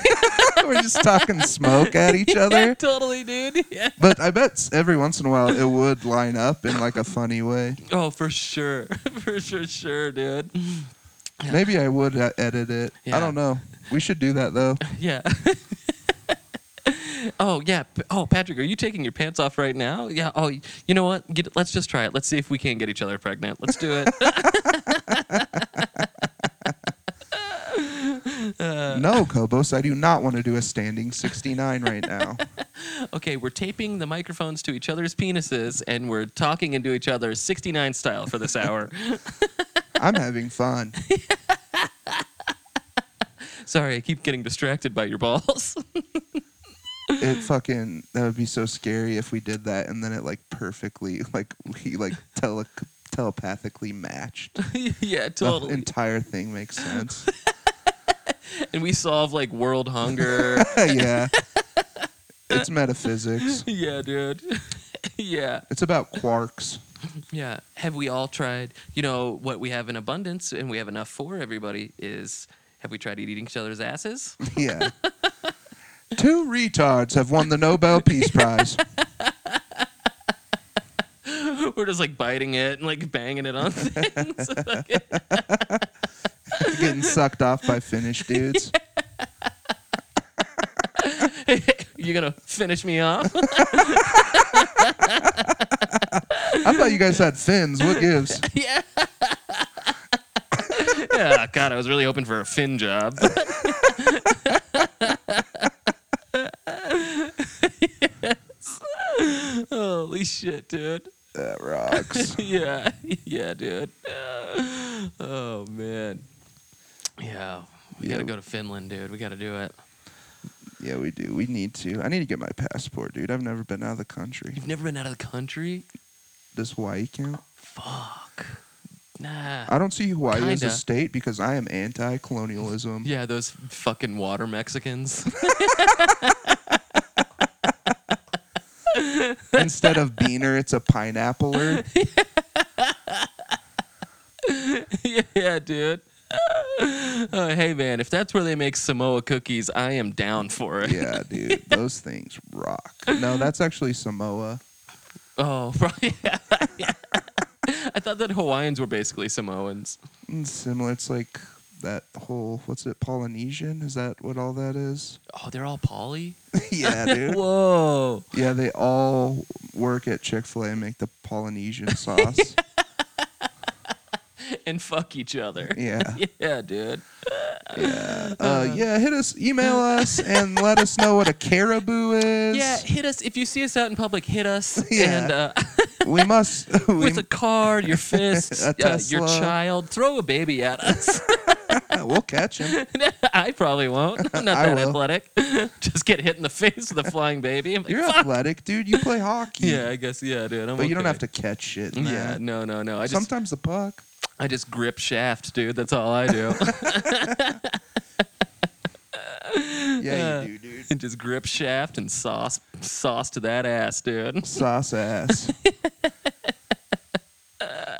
we're just talking smoke at <laughs> <laughs> each yeah, other. totally, dude. <laughs> Yeah. But I bet s- every once in a while it would line up in like a funny way. Oh, for sure. <laughs> for sure, sure, dude. Maybe I would uh, edit it. I Yeah. don't know. We should do that <laughs> though. Yeah. oh yeah. P- Oh Patrick, are you taking your pants off right now? Yeah. Oh, y- you know what? Get, let's just try it. Let's see if we can get each other pregnant. Let's do it. <laughs> no, Kobos, I do not want to do a standing 69 right <laughs> now. okay, we're taping the microphones to each other's penises and we're talking into each other 69 style for this hour. <laughs> I'm having fun. Sorry, I keep getting distracted by your balls. <laughs> It fucking that would be so scary if we did that and then it like perfectly like we like tele- telepathically matched. <laughs> yeah, The totally. entire thing makes sense. <laughs> And we solve like world hunger. <laughs> yeah. It's metaphysics. yeah, dude. <laughs> yeah. It's about quarks. <laughs> Yeah. Have we all tried, you know, what we have in abundance and we have enough for everybody is have we tried eating each other's asses? <laughs> Yeah. Two retards have won the Nobel Peace <laughs> Prize. We're just like biting it and like banging it on <laughs> things. Getting sucked off by Finnish dudes. <laughs> You're going to finish me off? I thought you guys had fins. <laughs> What gives? <laughs> yeah. yeah. God, I was really hoping for a fin <laughs> job. Holy shit, <laughs> dude. That rocks. yeah, yeah, dude. Oh man. Yeah, we gotta Yeah. go to Finland, dude. We gotta do it. Yeah, we do. We need to. I need to get my passport, dude. I've never been out of the country. You've never been out of the country? Does Hawaii count? Fuck. Nah. I don't see Hawaii as a Kinda. state because I am anti colonialism. Yeah, those fucking water Mexicans. Instead of beaner, it's <laughs> a pineappler. <laughs> yeah, dude. Uh, hey man, if that's where they make Samoa cookies, I am down for it. Yeah, dude. Those things rock. No, that's actually Samoa. <laughs> Oh, <laughs> right. Yeah. <laughs> I thought that Hawaiians were basically Samoans. Mm, similar. It's like that whole, what's it, Polynesian? Is that what all that is? <laughs> Oh, they're all poly? yeah, dude. Whoa. <laughs> Yeah, they all work at Chick fil A and make the Polynesian <laughs> sauce. And fuck each other. yeah. Yeah, dude. Uh, yeah, hit us, <laughs> email us, and let us know what a caribou is. Yeah, hit us if you see us out in public. Hit us <laughs> Yeah. and uh, We must. <laughs> We, with a card, your fist, <laughs> A uh, your Tesla. child. Throw a baby at us. <laughs> we'll catch him. I probably won't. <laughs> I'm not I that will. athletic. Just get hit in the face with a flying baby. I'm like, You're "Fuck." athletic, dude. You play hockey. Yeah, I guess. Yeah, dude. I'm But you don't okay. have to catch shit. in Yeah, that. no, no, no. I just Sometimes the puck. I just grip shaft, dude. That's all I <laughs> do. <laughs> Yeah, Uh. you do, dude. just grip shaft and sauce sauce to that ass, dude. <laughs> Sauce ass.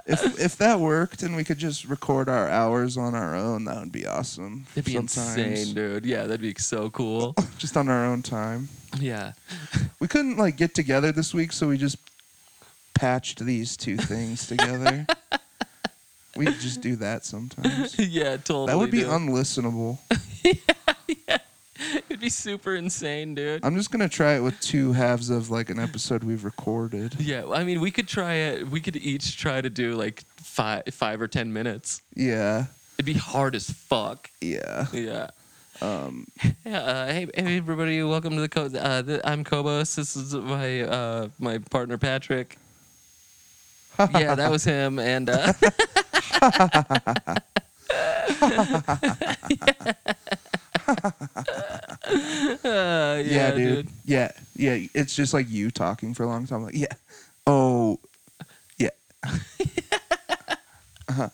if if that worked and we could just record our hours on our own, that would be awesome. It'd be Sometimes. insane, dude. Yeah, that'd be so <laughs> cool. Just on our own time. Yeah. <laughs> We couldn't like get together this week, so we just patched these two things together. we just do <laughs> that sometimes. yeah, totally. That would be dude. unlistenable. <laughs> It'd be super insane, dude. I'm just gonna try it with two halves of like an episode we've recorded. <laughs> yeah, I mean, we could try it. We could each try to do like five, five or ten minutes. Yeah, It'd be hard as fuck. yeah. Yeah. Um, <laughs> Yeah. Uh, hey, hey, everybody! Welcome to the. Co- uh, th- I'm Kobos. This is my uh, my partner Patrick. yeah, that was him. And uh, <laughs> Uh, yeah, yeah, dude. Yeah, yeah. It's just like you talking for a long time. Like, yeah. Oh, yeah. Yeah. Uh-huh.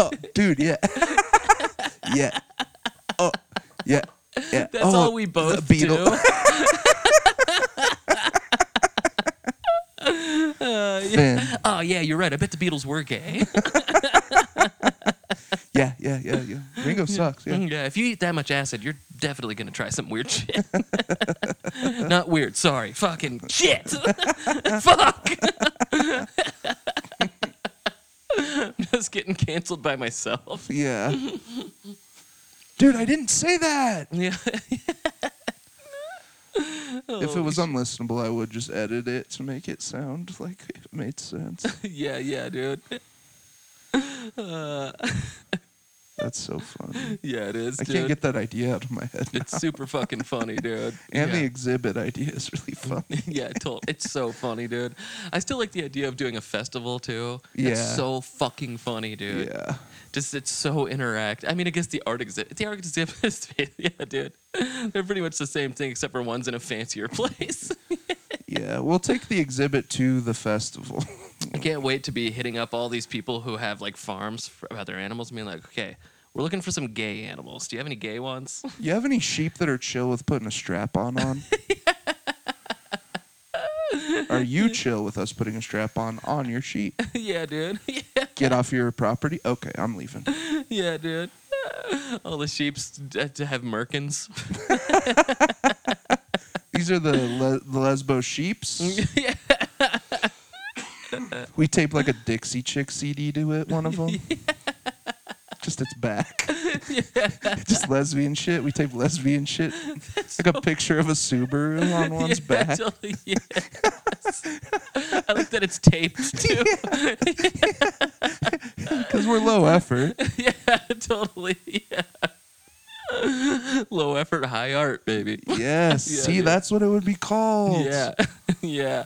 Oh, dude, yeah, yeah, oh, yeah, yeah. That's oh, all we both the Beatle. do. <laughs> <laughs> Uh, yeah. Finn. Oh yeah, you're right. I bet the Beatles were gay. Yeah, yeah, yeah, yeah. Ringo sucks. Yeah. yeah, if you eat that much acid, you're definitely gonna try some weird shit. <laughs> Not weird, sorry. Fucking shit. <laughs> Fuck. <laughs> I'm just getting canceled by myself. Yeah. Dude, I didn't say that. <laughs> Yeah. if it Oh, was unlistenable, I would just edit it to make it sound like it made sense. yeah, yeah, dude. <laughs> Uh, That's <laughs> so funny. yeah, it is. I dude. can't get that idea out of my head. now. It's super fucking funny, dude. <laughs> And yeah. Mm-hmm. the exhibit idea is really funny. <laughs> yeah, tol- it's so funny, dude. I still like the idea of doing a festival too. it's Yeah. so fucking funny, dude. Yeah. Just it's so interact. I mean, I guess the art exhibit, the art exhibit, <laughs> is- yeah, dude. They're pretty much the same thing except for one's in a fancier <laughs> place. Yeah. We'll take the exhibit to the festival. <laughs> I can't wait to be hitting up all these people who have like farms for, about their animals, and being like, okay, we're looking for some gay animals. Do you have any gay ones? <laughs> You have any sheep that are chill with putting a strap on on? Are you chill with us putting a strap on on your sheep? yeah, dude. <laughs> yeah. Get off your property. Okay, I'm leaving. Yeah, dude. <laughs> All the sheeps d- to have merkins. <laughs> These are the, le- the <laughs> Lesbo sheeps. yeah. We taped like a Dixie Chick CD to it, one of them. <laughs> Just its back. Just lesbian shit. We taped <laughs> lesbian shit. Like a picture of a Subaru on one's yeah, back. totally, <laughs> yes. I like that it's <laughs> taped too. <laughs> Because we're low effort. <laughs> Yeah, totally. Yeah. Low effort, high art, baby. Yes. Yeah, See, dude. that's what it would be called. Yeah, <laughs> yeah.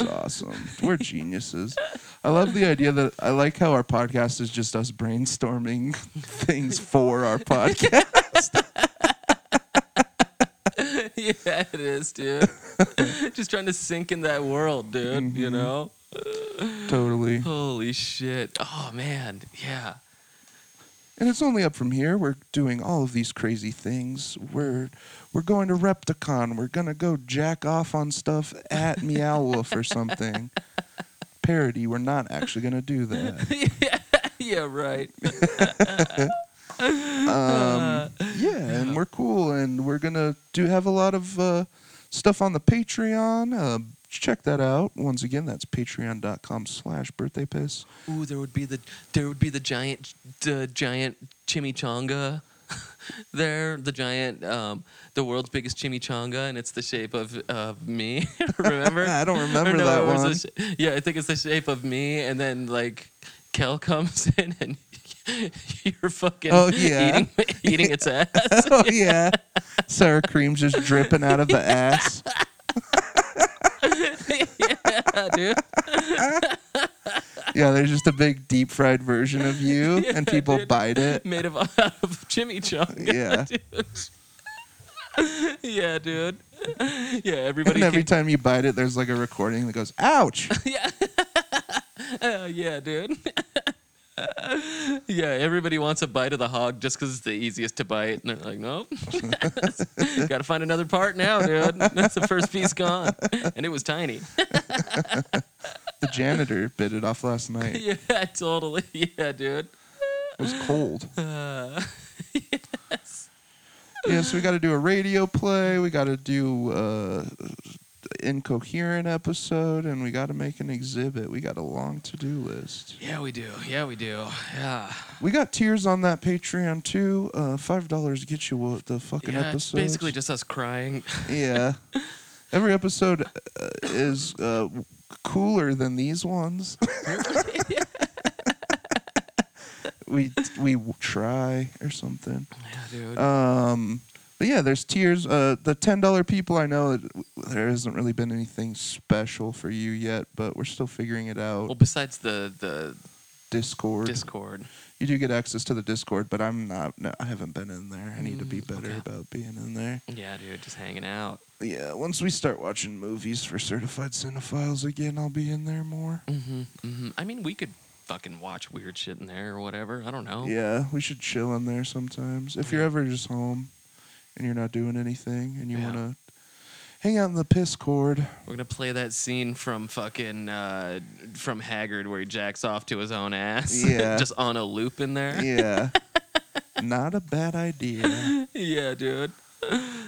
<laughs> awesome. We're geniuses. I love the idea that I like how our podcast is just us <laughs> brainstorming <laughs> things for our podcast. yeah, it is, <laughs> dude. Just trying to sink in that world, dude. You Mhm. know? totally. Holy shit. Oh, man. Yeah. <laughs> And it's only up from here. We're doing all of these crazy things. We're we're going to Repticon. We're gonna go jack off on stuff <laughs> at Meowulf or something. Parody. We're not actually gonna <laughs> do that. yeah. Yeah, right. Um, yeah, and we're cool, and we're gonna do have a lot of uh, stuff on the Patreon. Uh, check that out. Once again, that's Patreon.com/slash Birthday Piss. Ooh, there would be the there would be the giant the giant chimichanga <laughs> there, the giant um, the world's biggest chimichanga, and it's the shape of of me. <laughs> remember? <laughs> I <laughs> don't Or remember no, that it was one. the sh- yeah, I think it's the shape of me, and then like Kel comes <laughs> in and. You're fucking Oh, yeah. eating, eating <laughs> its ass. <laughs> oh yeah, sour cream's just dripping <laughs> out of the ass. yeah, dude. Yeah, there's just a big deep fried version of you, <laughs> Yeah, and people dude. <laughs> bite it. Made of, out of chimichanga. <laughs> dude. yeah, Yeah. dude. <laughs> Yeah, everybody. And every came- time you bite it, there's like a recording that goes, ouch. <laughs> yeah. oh, <laughs> yeah, dude. yeah, everybody wants a bite of the hog just because it's the easiest to bite. And they're like, nope. <laughs> Got to find another part now, dude. <laughs> That's the first piece gone. And it was tiny. <laughs> The janitor bit it <laughs> off last night. yeah, totally. <laughs> Yeah, dude. It was cold. Uh, <laughs> Yeah, so we got to do a radio play. We got to do uh, incoherent episode, and we got to make an exhibit. We got a long to do list. yeah, we do. Yeah, we do. Yeah. We got tiers on that Patreon too. Uh, Five dollars gets you what the fucking yeah it's episode. basically just us crying. <laughs> yeah. Every episode uh, is uh, cooler than these ones. <laughs> yeah, we we w- try or something. dude. Um, but yeah, there's tiers. Uh, the ten dollar people I know it- there hasn't really been anything special for you yet, but we're still figuring it out. well, besides the, the Discord. Discord. you do get access to the Discord, but I'm not. No, I haven't been in there. I need to be Mm, better okay. about being in there. Yeah, dude, just hanging out. Yeah, once we start watching movies for certified cinephiles again, I'll be in there more. hmm hmm Mm-hmm, I mean, we could fucking watch weird shit in there or whatever. I don't know. Yeah, we should chill in there sometimes. If you're ever just home and you're not doing anything and you Yeah. want to hang out in the piss cord, We're gonna play that scene from fucking uh, from Haggard where he jacks off to his own ass. <laughs> Yeah. Just on a loop in there. yeah, not a bad idea. <laughs> yeah dude.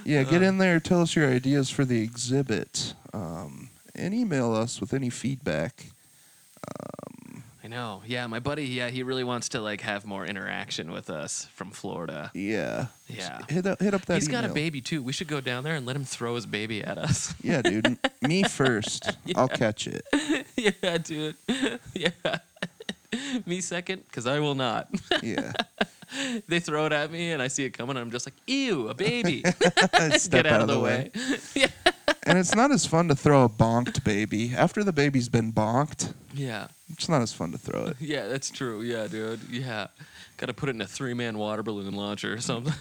Yeah, Uh-huh. get in there. Tell us your ideas for the exhibit, um, and email us with any feedback. I know. Yeah, my buddy. Yeah, he really wants to like have more interaction with us from Florida. Yeah, Yeah. Hit up, hit up that. He's got a email. baby too. We should go down there and let him throw his baby at us. <laughs> Yeah, dude. m- Me first. I'll catch it. yeah, dude. <laughs> yeah. <laughs> me second, because I will not. <laughs> Yeah. they throw it at me and I see it coming. And I'm just like, ew, a <laughs> baby. Step Get out, of the way. And it's not as fun to throw a bonked baby. After the baby's been bonked, yeah. it's not as fun to throw it. Yeah, that's true. Yeah, dude. Yeah. Got to put it in a three man water balloon launcher or <laughs> something.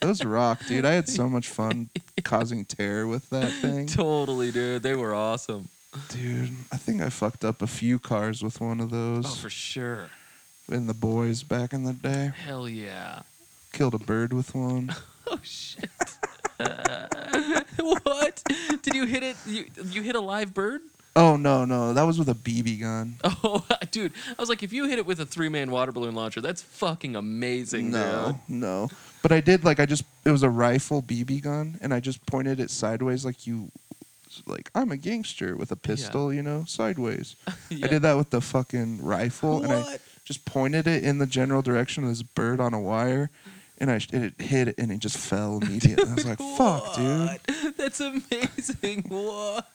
Those rock, dude. I had so much fun causing terror with that thing. totally, dude. They were awesome. Dude, I think I fucked up a few cars with one of those Oh, for sure. in the boys back in the day. Hell yeah. Killed a bird with one. Oh, shit. <laughs> what? Did you hit it? You, you hit a live bird? <laughs> Oh no, no, that was with a BB gun. Oh, dude. I was like, if you hit it with a three man water balloon launcher, that's fucking amazing, No, no. But I did like I just it was a rifle BB gun and I just pointed it sideways like you like I'm a gangster with a pistol, you know, sideways. dude. Yeah. I did that with the fucking rifle and I What? just pointed it in the general direction of this bird on a wire and I sh- and it hit it and it just fell immediately. I was <laughs> like, "Fuck, dude." dude. <laughs> That's amazing. <laughs> what?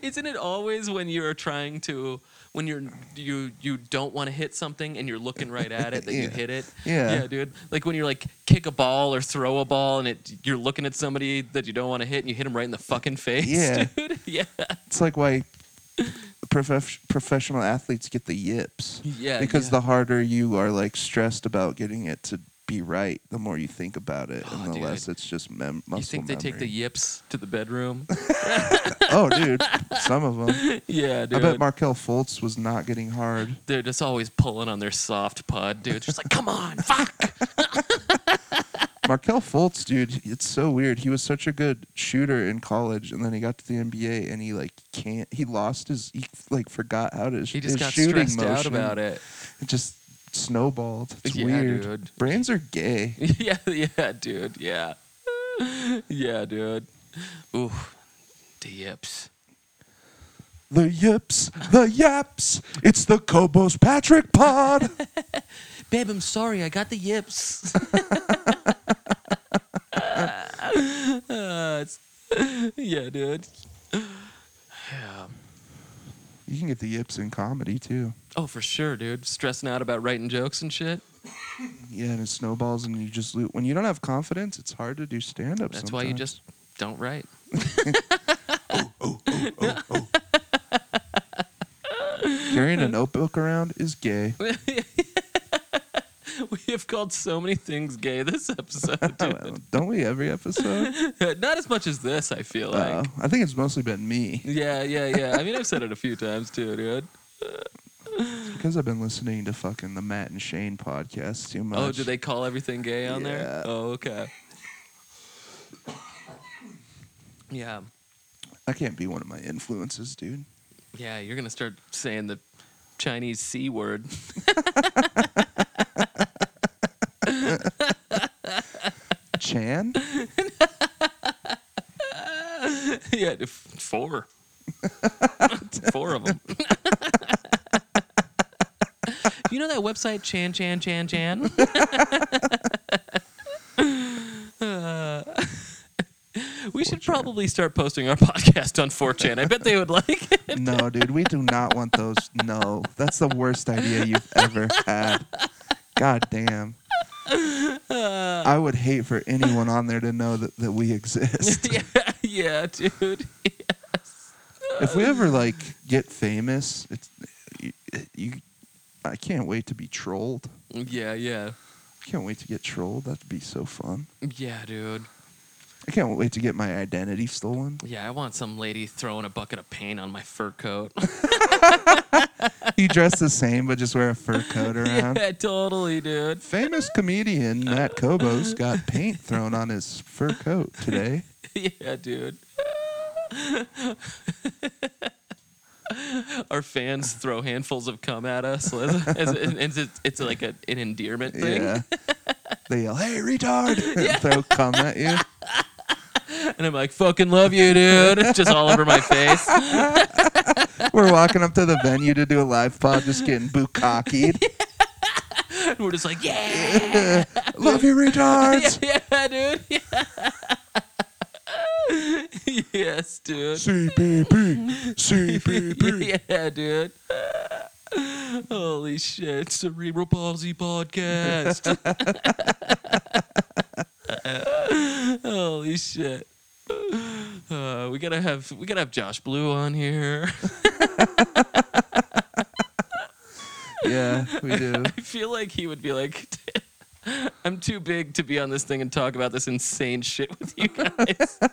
Isn't it always when you're trying to when you're you you don't want to hit something and you're looking right at it that you <laughs> Yeah. hit it? Yeah. Yeah, dude. Like when you're like kick a ball or throw a ball and it you're looking at somebody that you don't want to hit and you hit them right in the fucking face, Yeah. <laughs> dude. Yeah. It's like why prof- professional athletes get the yips. Yeah. because yeah. the harder you are like stressed about getting it to be right, the more you think about it, Oh, and the dude. less it's just mem- muscle you think they take the memory. yips to the <laughs> bedroom? <laughs> oh, dude, some of them. yeah, dude. I bet Markel Fultz was not getting hard. They're just always pulling on their soft pud, dude. Just like, come on, <laughs> fuck. Markel Fultz, dude, it's so weird. He was such a good shooter in college, and then he got to the NBA, and he like can't. He lost his. He like forgot how to. He just his got shooting stressed motion. out about it. It just snowballed. It's Yeah, weird. dude. Brains are gay. <laughs> yeah, yeah, dude. Yeah. <laughs> yeah, dude. Ooh, the yips. The yips, the yaps. It's the Cobos <laughs> Patrick pod. Babe, I'm sorry. I got the yips. <laughs> Uh, it's- yeah, dude. Yeah. You can get the yips in comedy too. Oh, for sure, dude. Stressing out about writing jokes and shit. Yeah, and it snowballs, and you just lo- when you don't have confidence, it's hard to do stand up. That's why you just don't write. <laughs> carrying a notebook around is <laughs> gay. We have called so many things gay this episode, dude. don't we every episode? Not as much as this, I feel like. Uh, I think it's mostly been me Yeah, yeah, yeah. I mean, I've said it a few times too, dude. because I've been listening to fucking the Matt and Shane podcast too much. Oh, do they call everything gay on Yeah. there? Oh, okay. Yeah, I can't be one of my <laughs> influences, dude. yeah. You're gonna start saying the Chinese c word. <laughs> Chan, <laughs> yeah, f- <laughs> four, four of them. you know that website Chan Chan Chan <laughs> Chan. <laughs> Uh, we should probably start posting our podcast on 4chan. I bet they would like it. no, dude, we do not want those. No, that's the worst idea you've ever had. God <laughs> damn. I would hate for anyone on there to know that, that we exist. <laughs> <laughs> yeah, yeah, dude. if we ever like get famous, it's you, you. I can't wait to be trolled. Yeah, yeah. I can't wait to get trolled. That'd be so fun. Yeah, dude. I can't wait to get my identity stolen. Yeah, I want some lady throwing a bucket of paint on my fur coat. <laughs> he dressed the same, but just wear a fur coat around. <laughs> yeah, totally, dude. <laughs> Famous comedian Matt Kobos got paint thrown on his fur coat <laughs> today. yeah, dude. <laughs> Our fans throw handfuls of cum at us, <laughs> as, as, and it's, it's like a, an endearment thing. Yeah. They yell, hey, <laughs> retard! and <laughs> throw cum at you. And I'm like, "Fucking love you, dude!" Just all over my face. <laughs> We're walking up to the venue to do a live pod, just getting <laughs> bukkakied. And we're just like, "Yeah, <laughs> Love you, yeah, retards! yeah dude." <laughs> Yeah. yes, dude. CPP! <laughs> CPP! Yeah, dude. Holy shit. Cerebral Palsy Podcast. <laughs> Holy shit. Uh, we gotta have we gotta have Josh Blue on here. Yeah, <laughs> we do. I feel like he would be like, <laughs> I'm too big to be on this thing and talk about this insane shit with you guys. <laughs>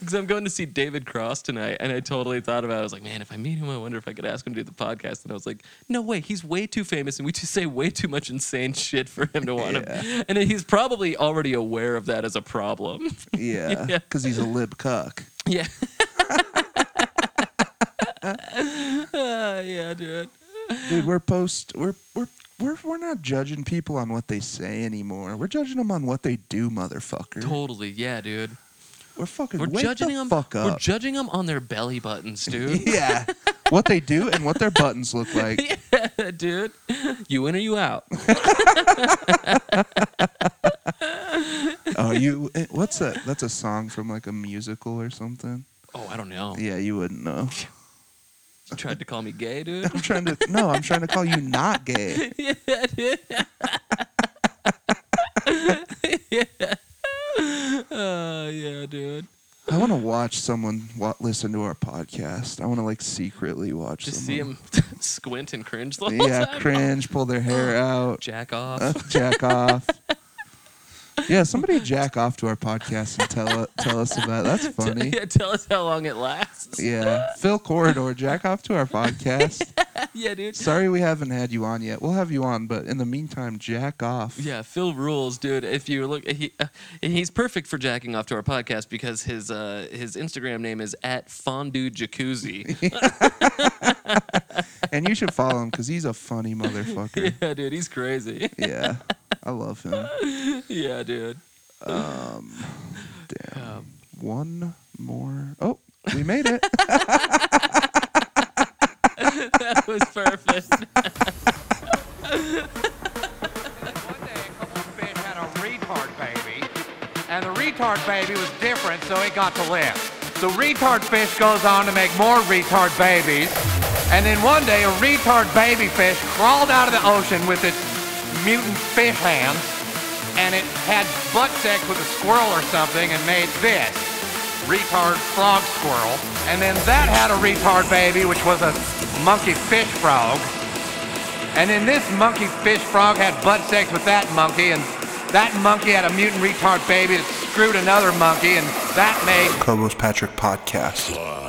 Because I'm going to see David Cross tonight, and I totally thought about it. I was like, man, if I meet him, I wonder if I could ask him to do the podcast. And I was like, no way, he's way too famous, and we just say way too much insane shit for him to want to. And he's probably already aware of that as a problem. <laughs> Yeah, Yeah. because he's a lib cuck. Yeah. <laughs> Uh, yeah, dude. Dude, we're post. We're we're we're we're not judging people on what they say anymore. We're judging them on what they do, motherfucker. Totally. Yeah, dude. We're fucking. We're wake judging the them. Fuck We're up. judging them on their belly <laughs> buttons, dude. <laughs> yeah. What they do and what their buttons look like. <laughs> yeah, dude. You in or you out? Oh, you. eh, What's that? That's a song from like a musical or something. Oh, I don't know. Yeah, you wouldn't know. <laughs> You tried to call me gay, <laughs> dude. I'm trying to. No, I'm trying to call you not gay. yeah, dude. yeah. Uh, yeah, dude. I want to watch someone wa- listen to our podcast. I want to like secretly watch. Just see someone. him <laughs> squint and cringe the whole Yeah, <laughs> time. cringe. Pull their <laughs> hair out. Jack off. Uh, jack off. Yeah, somebody jack off to our podcast and tell tell us about. That's funny. <laughs> yeah, <laughs> tell us how long it lasts. Yeah, Phil Corridor, jack off to our podcast. <laughs> yeah, dude. Sorry we haven't had you on yet. We'll have you on, but in the meantime, jack off. Yeah, Phil rules, dude. If you look, he uh, and he's perfect for jacking off to our podcast because his uh, his Instagram name is at Fondue Jacuzzi. And you should follow him because he's a funny motherfucker. <laughs> <laughs> yeah, dude, he's crazy. <laughs> Yeah, I love him. yeah, dude. <laughs> Um, damn. Um, One more. Oh, we made it. that was perfect. One day, a couple of fish had a retard baby, and the retard baby was different, so it got to live. The retard fish goes on to make more retard babies, and then one day, a retard baby fish crawled out of the ocean with its mutant fish hands, and it had butt sex with a squirrel or something and made this retard frog squirrel. And then that had a retard baby, which was a monkey fish frog. And then this monkey fish frog had butt sex with that monkey, and that monkey had a mutant retard baby that screwed another monkey, and that made Cobos Patrick Podcast.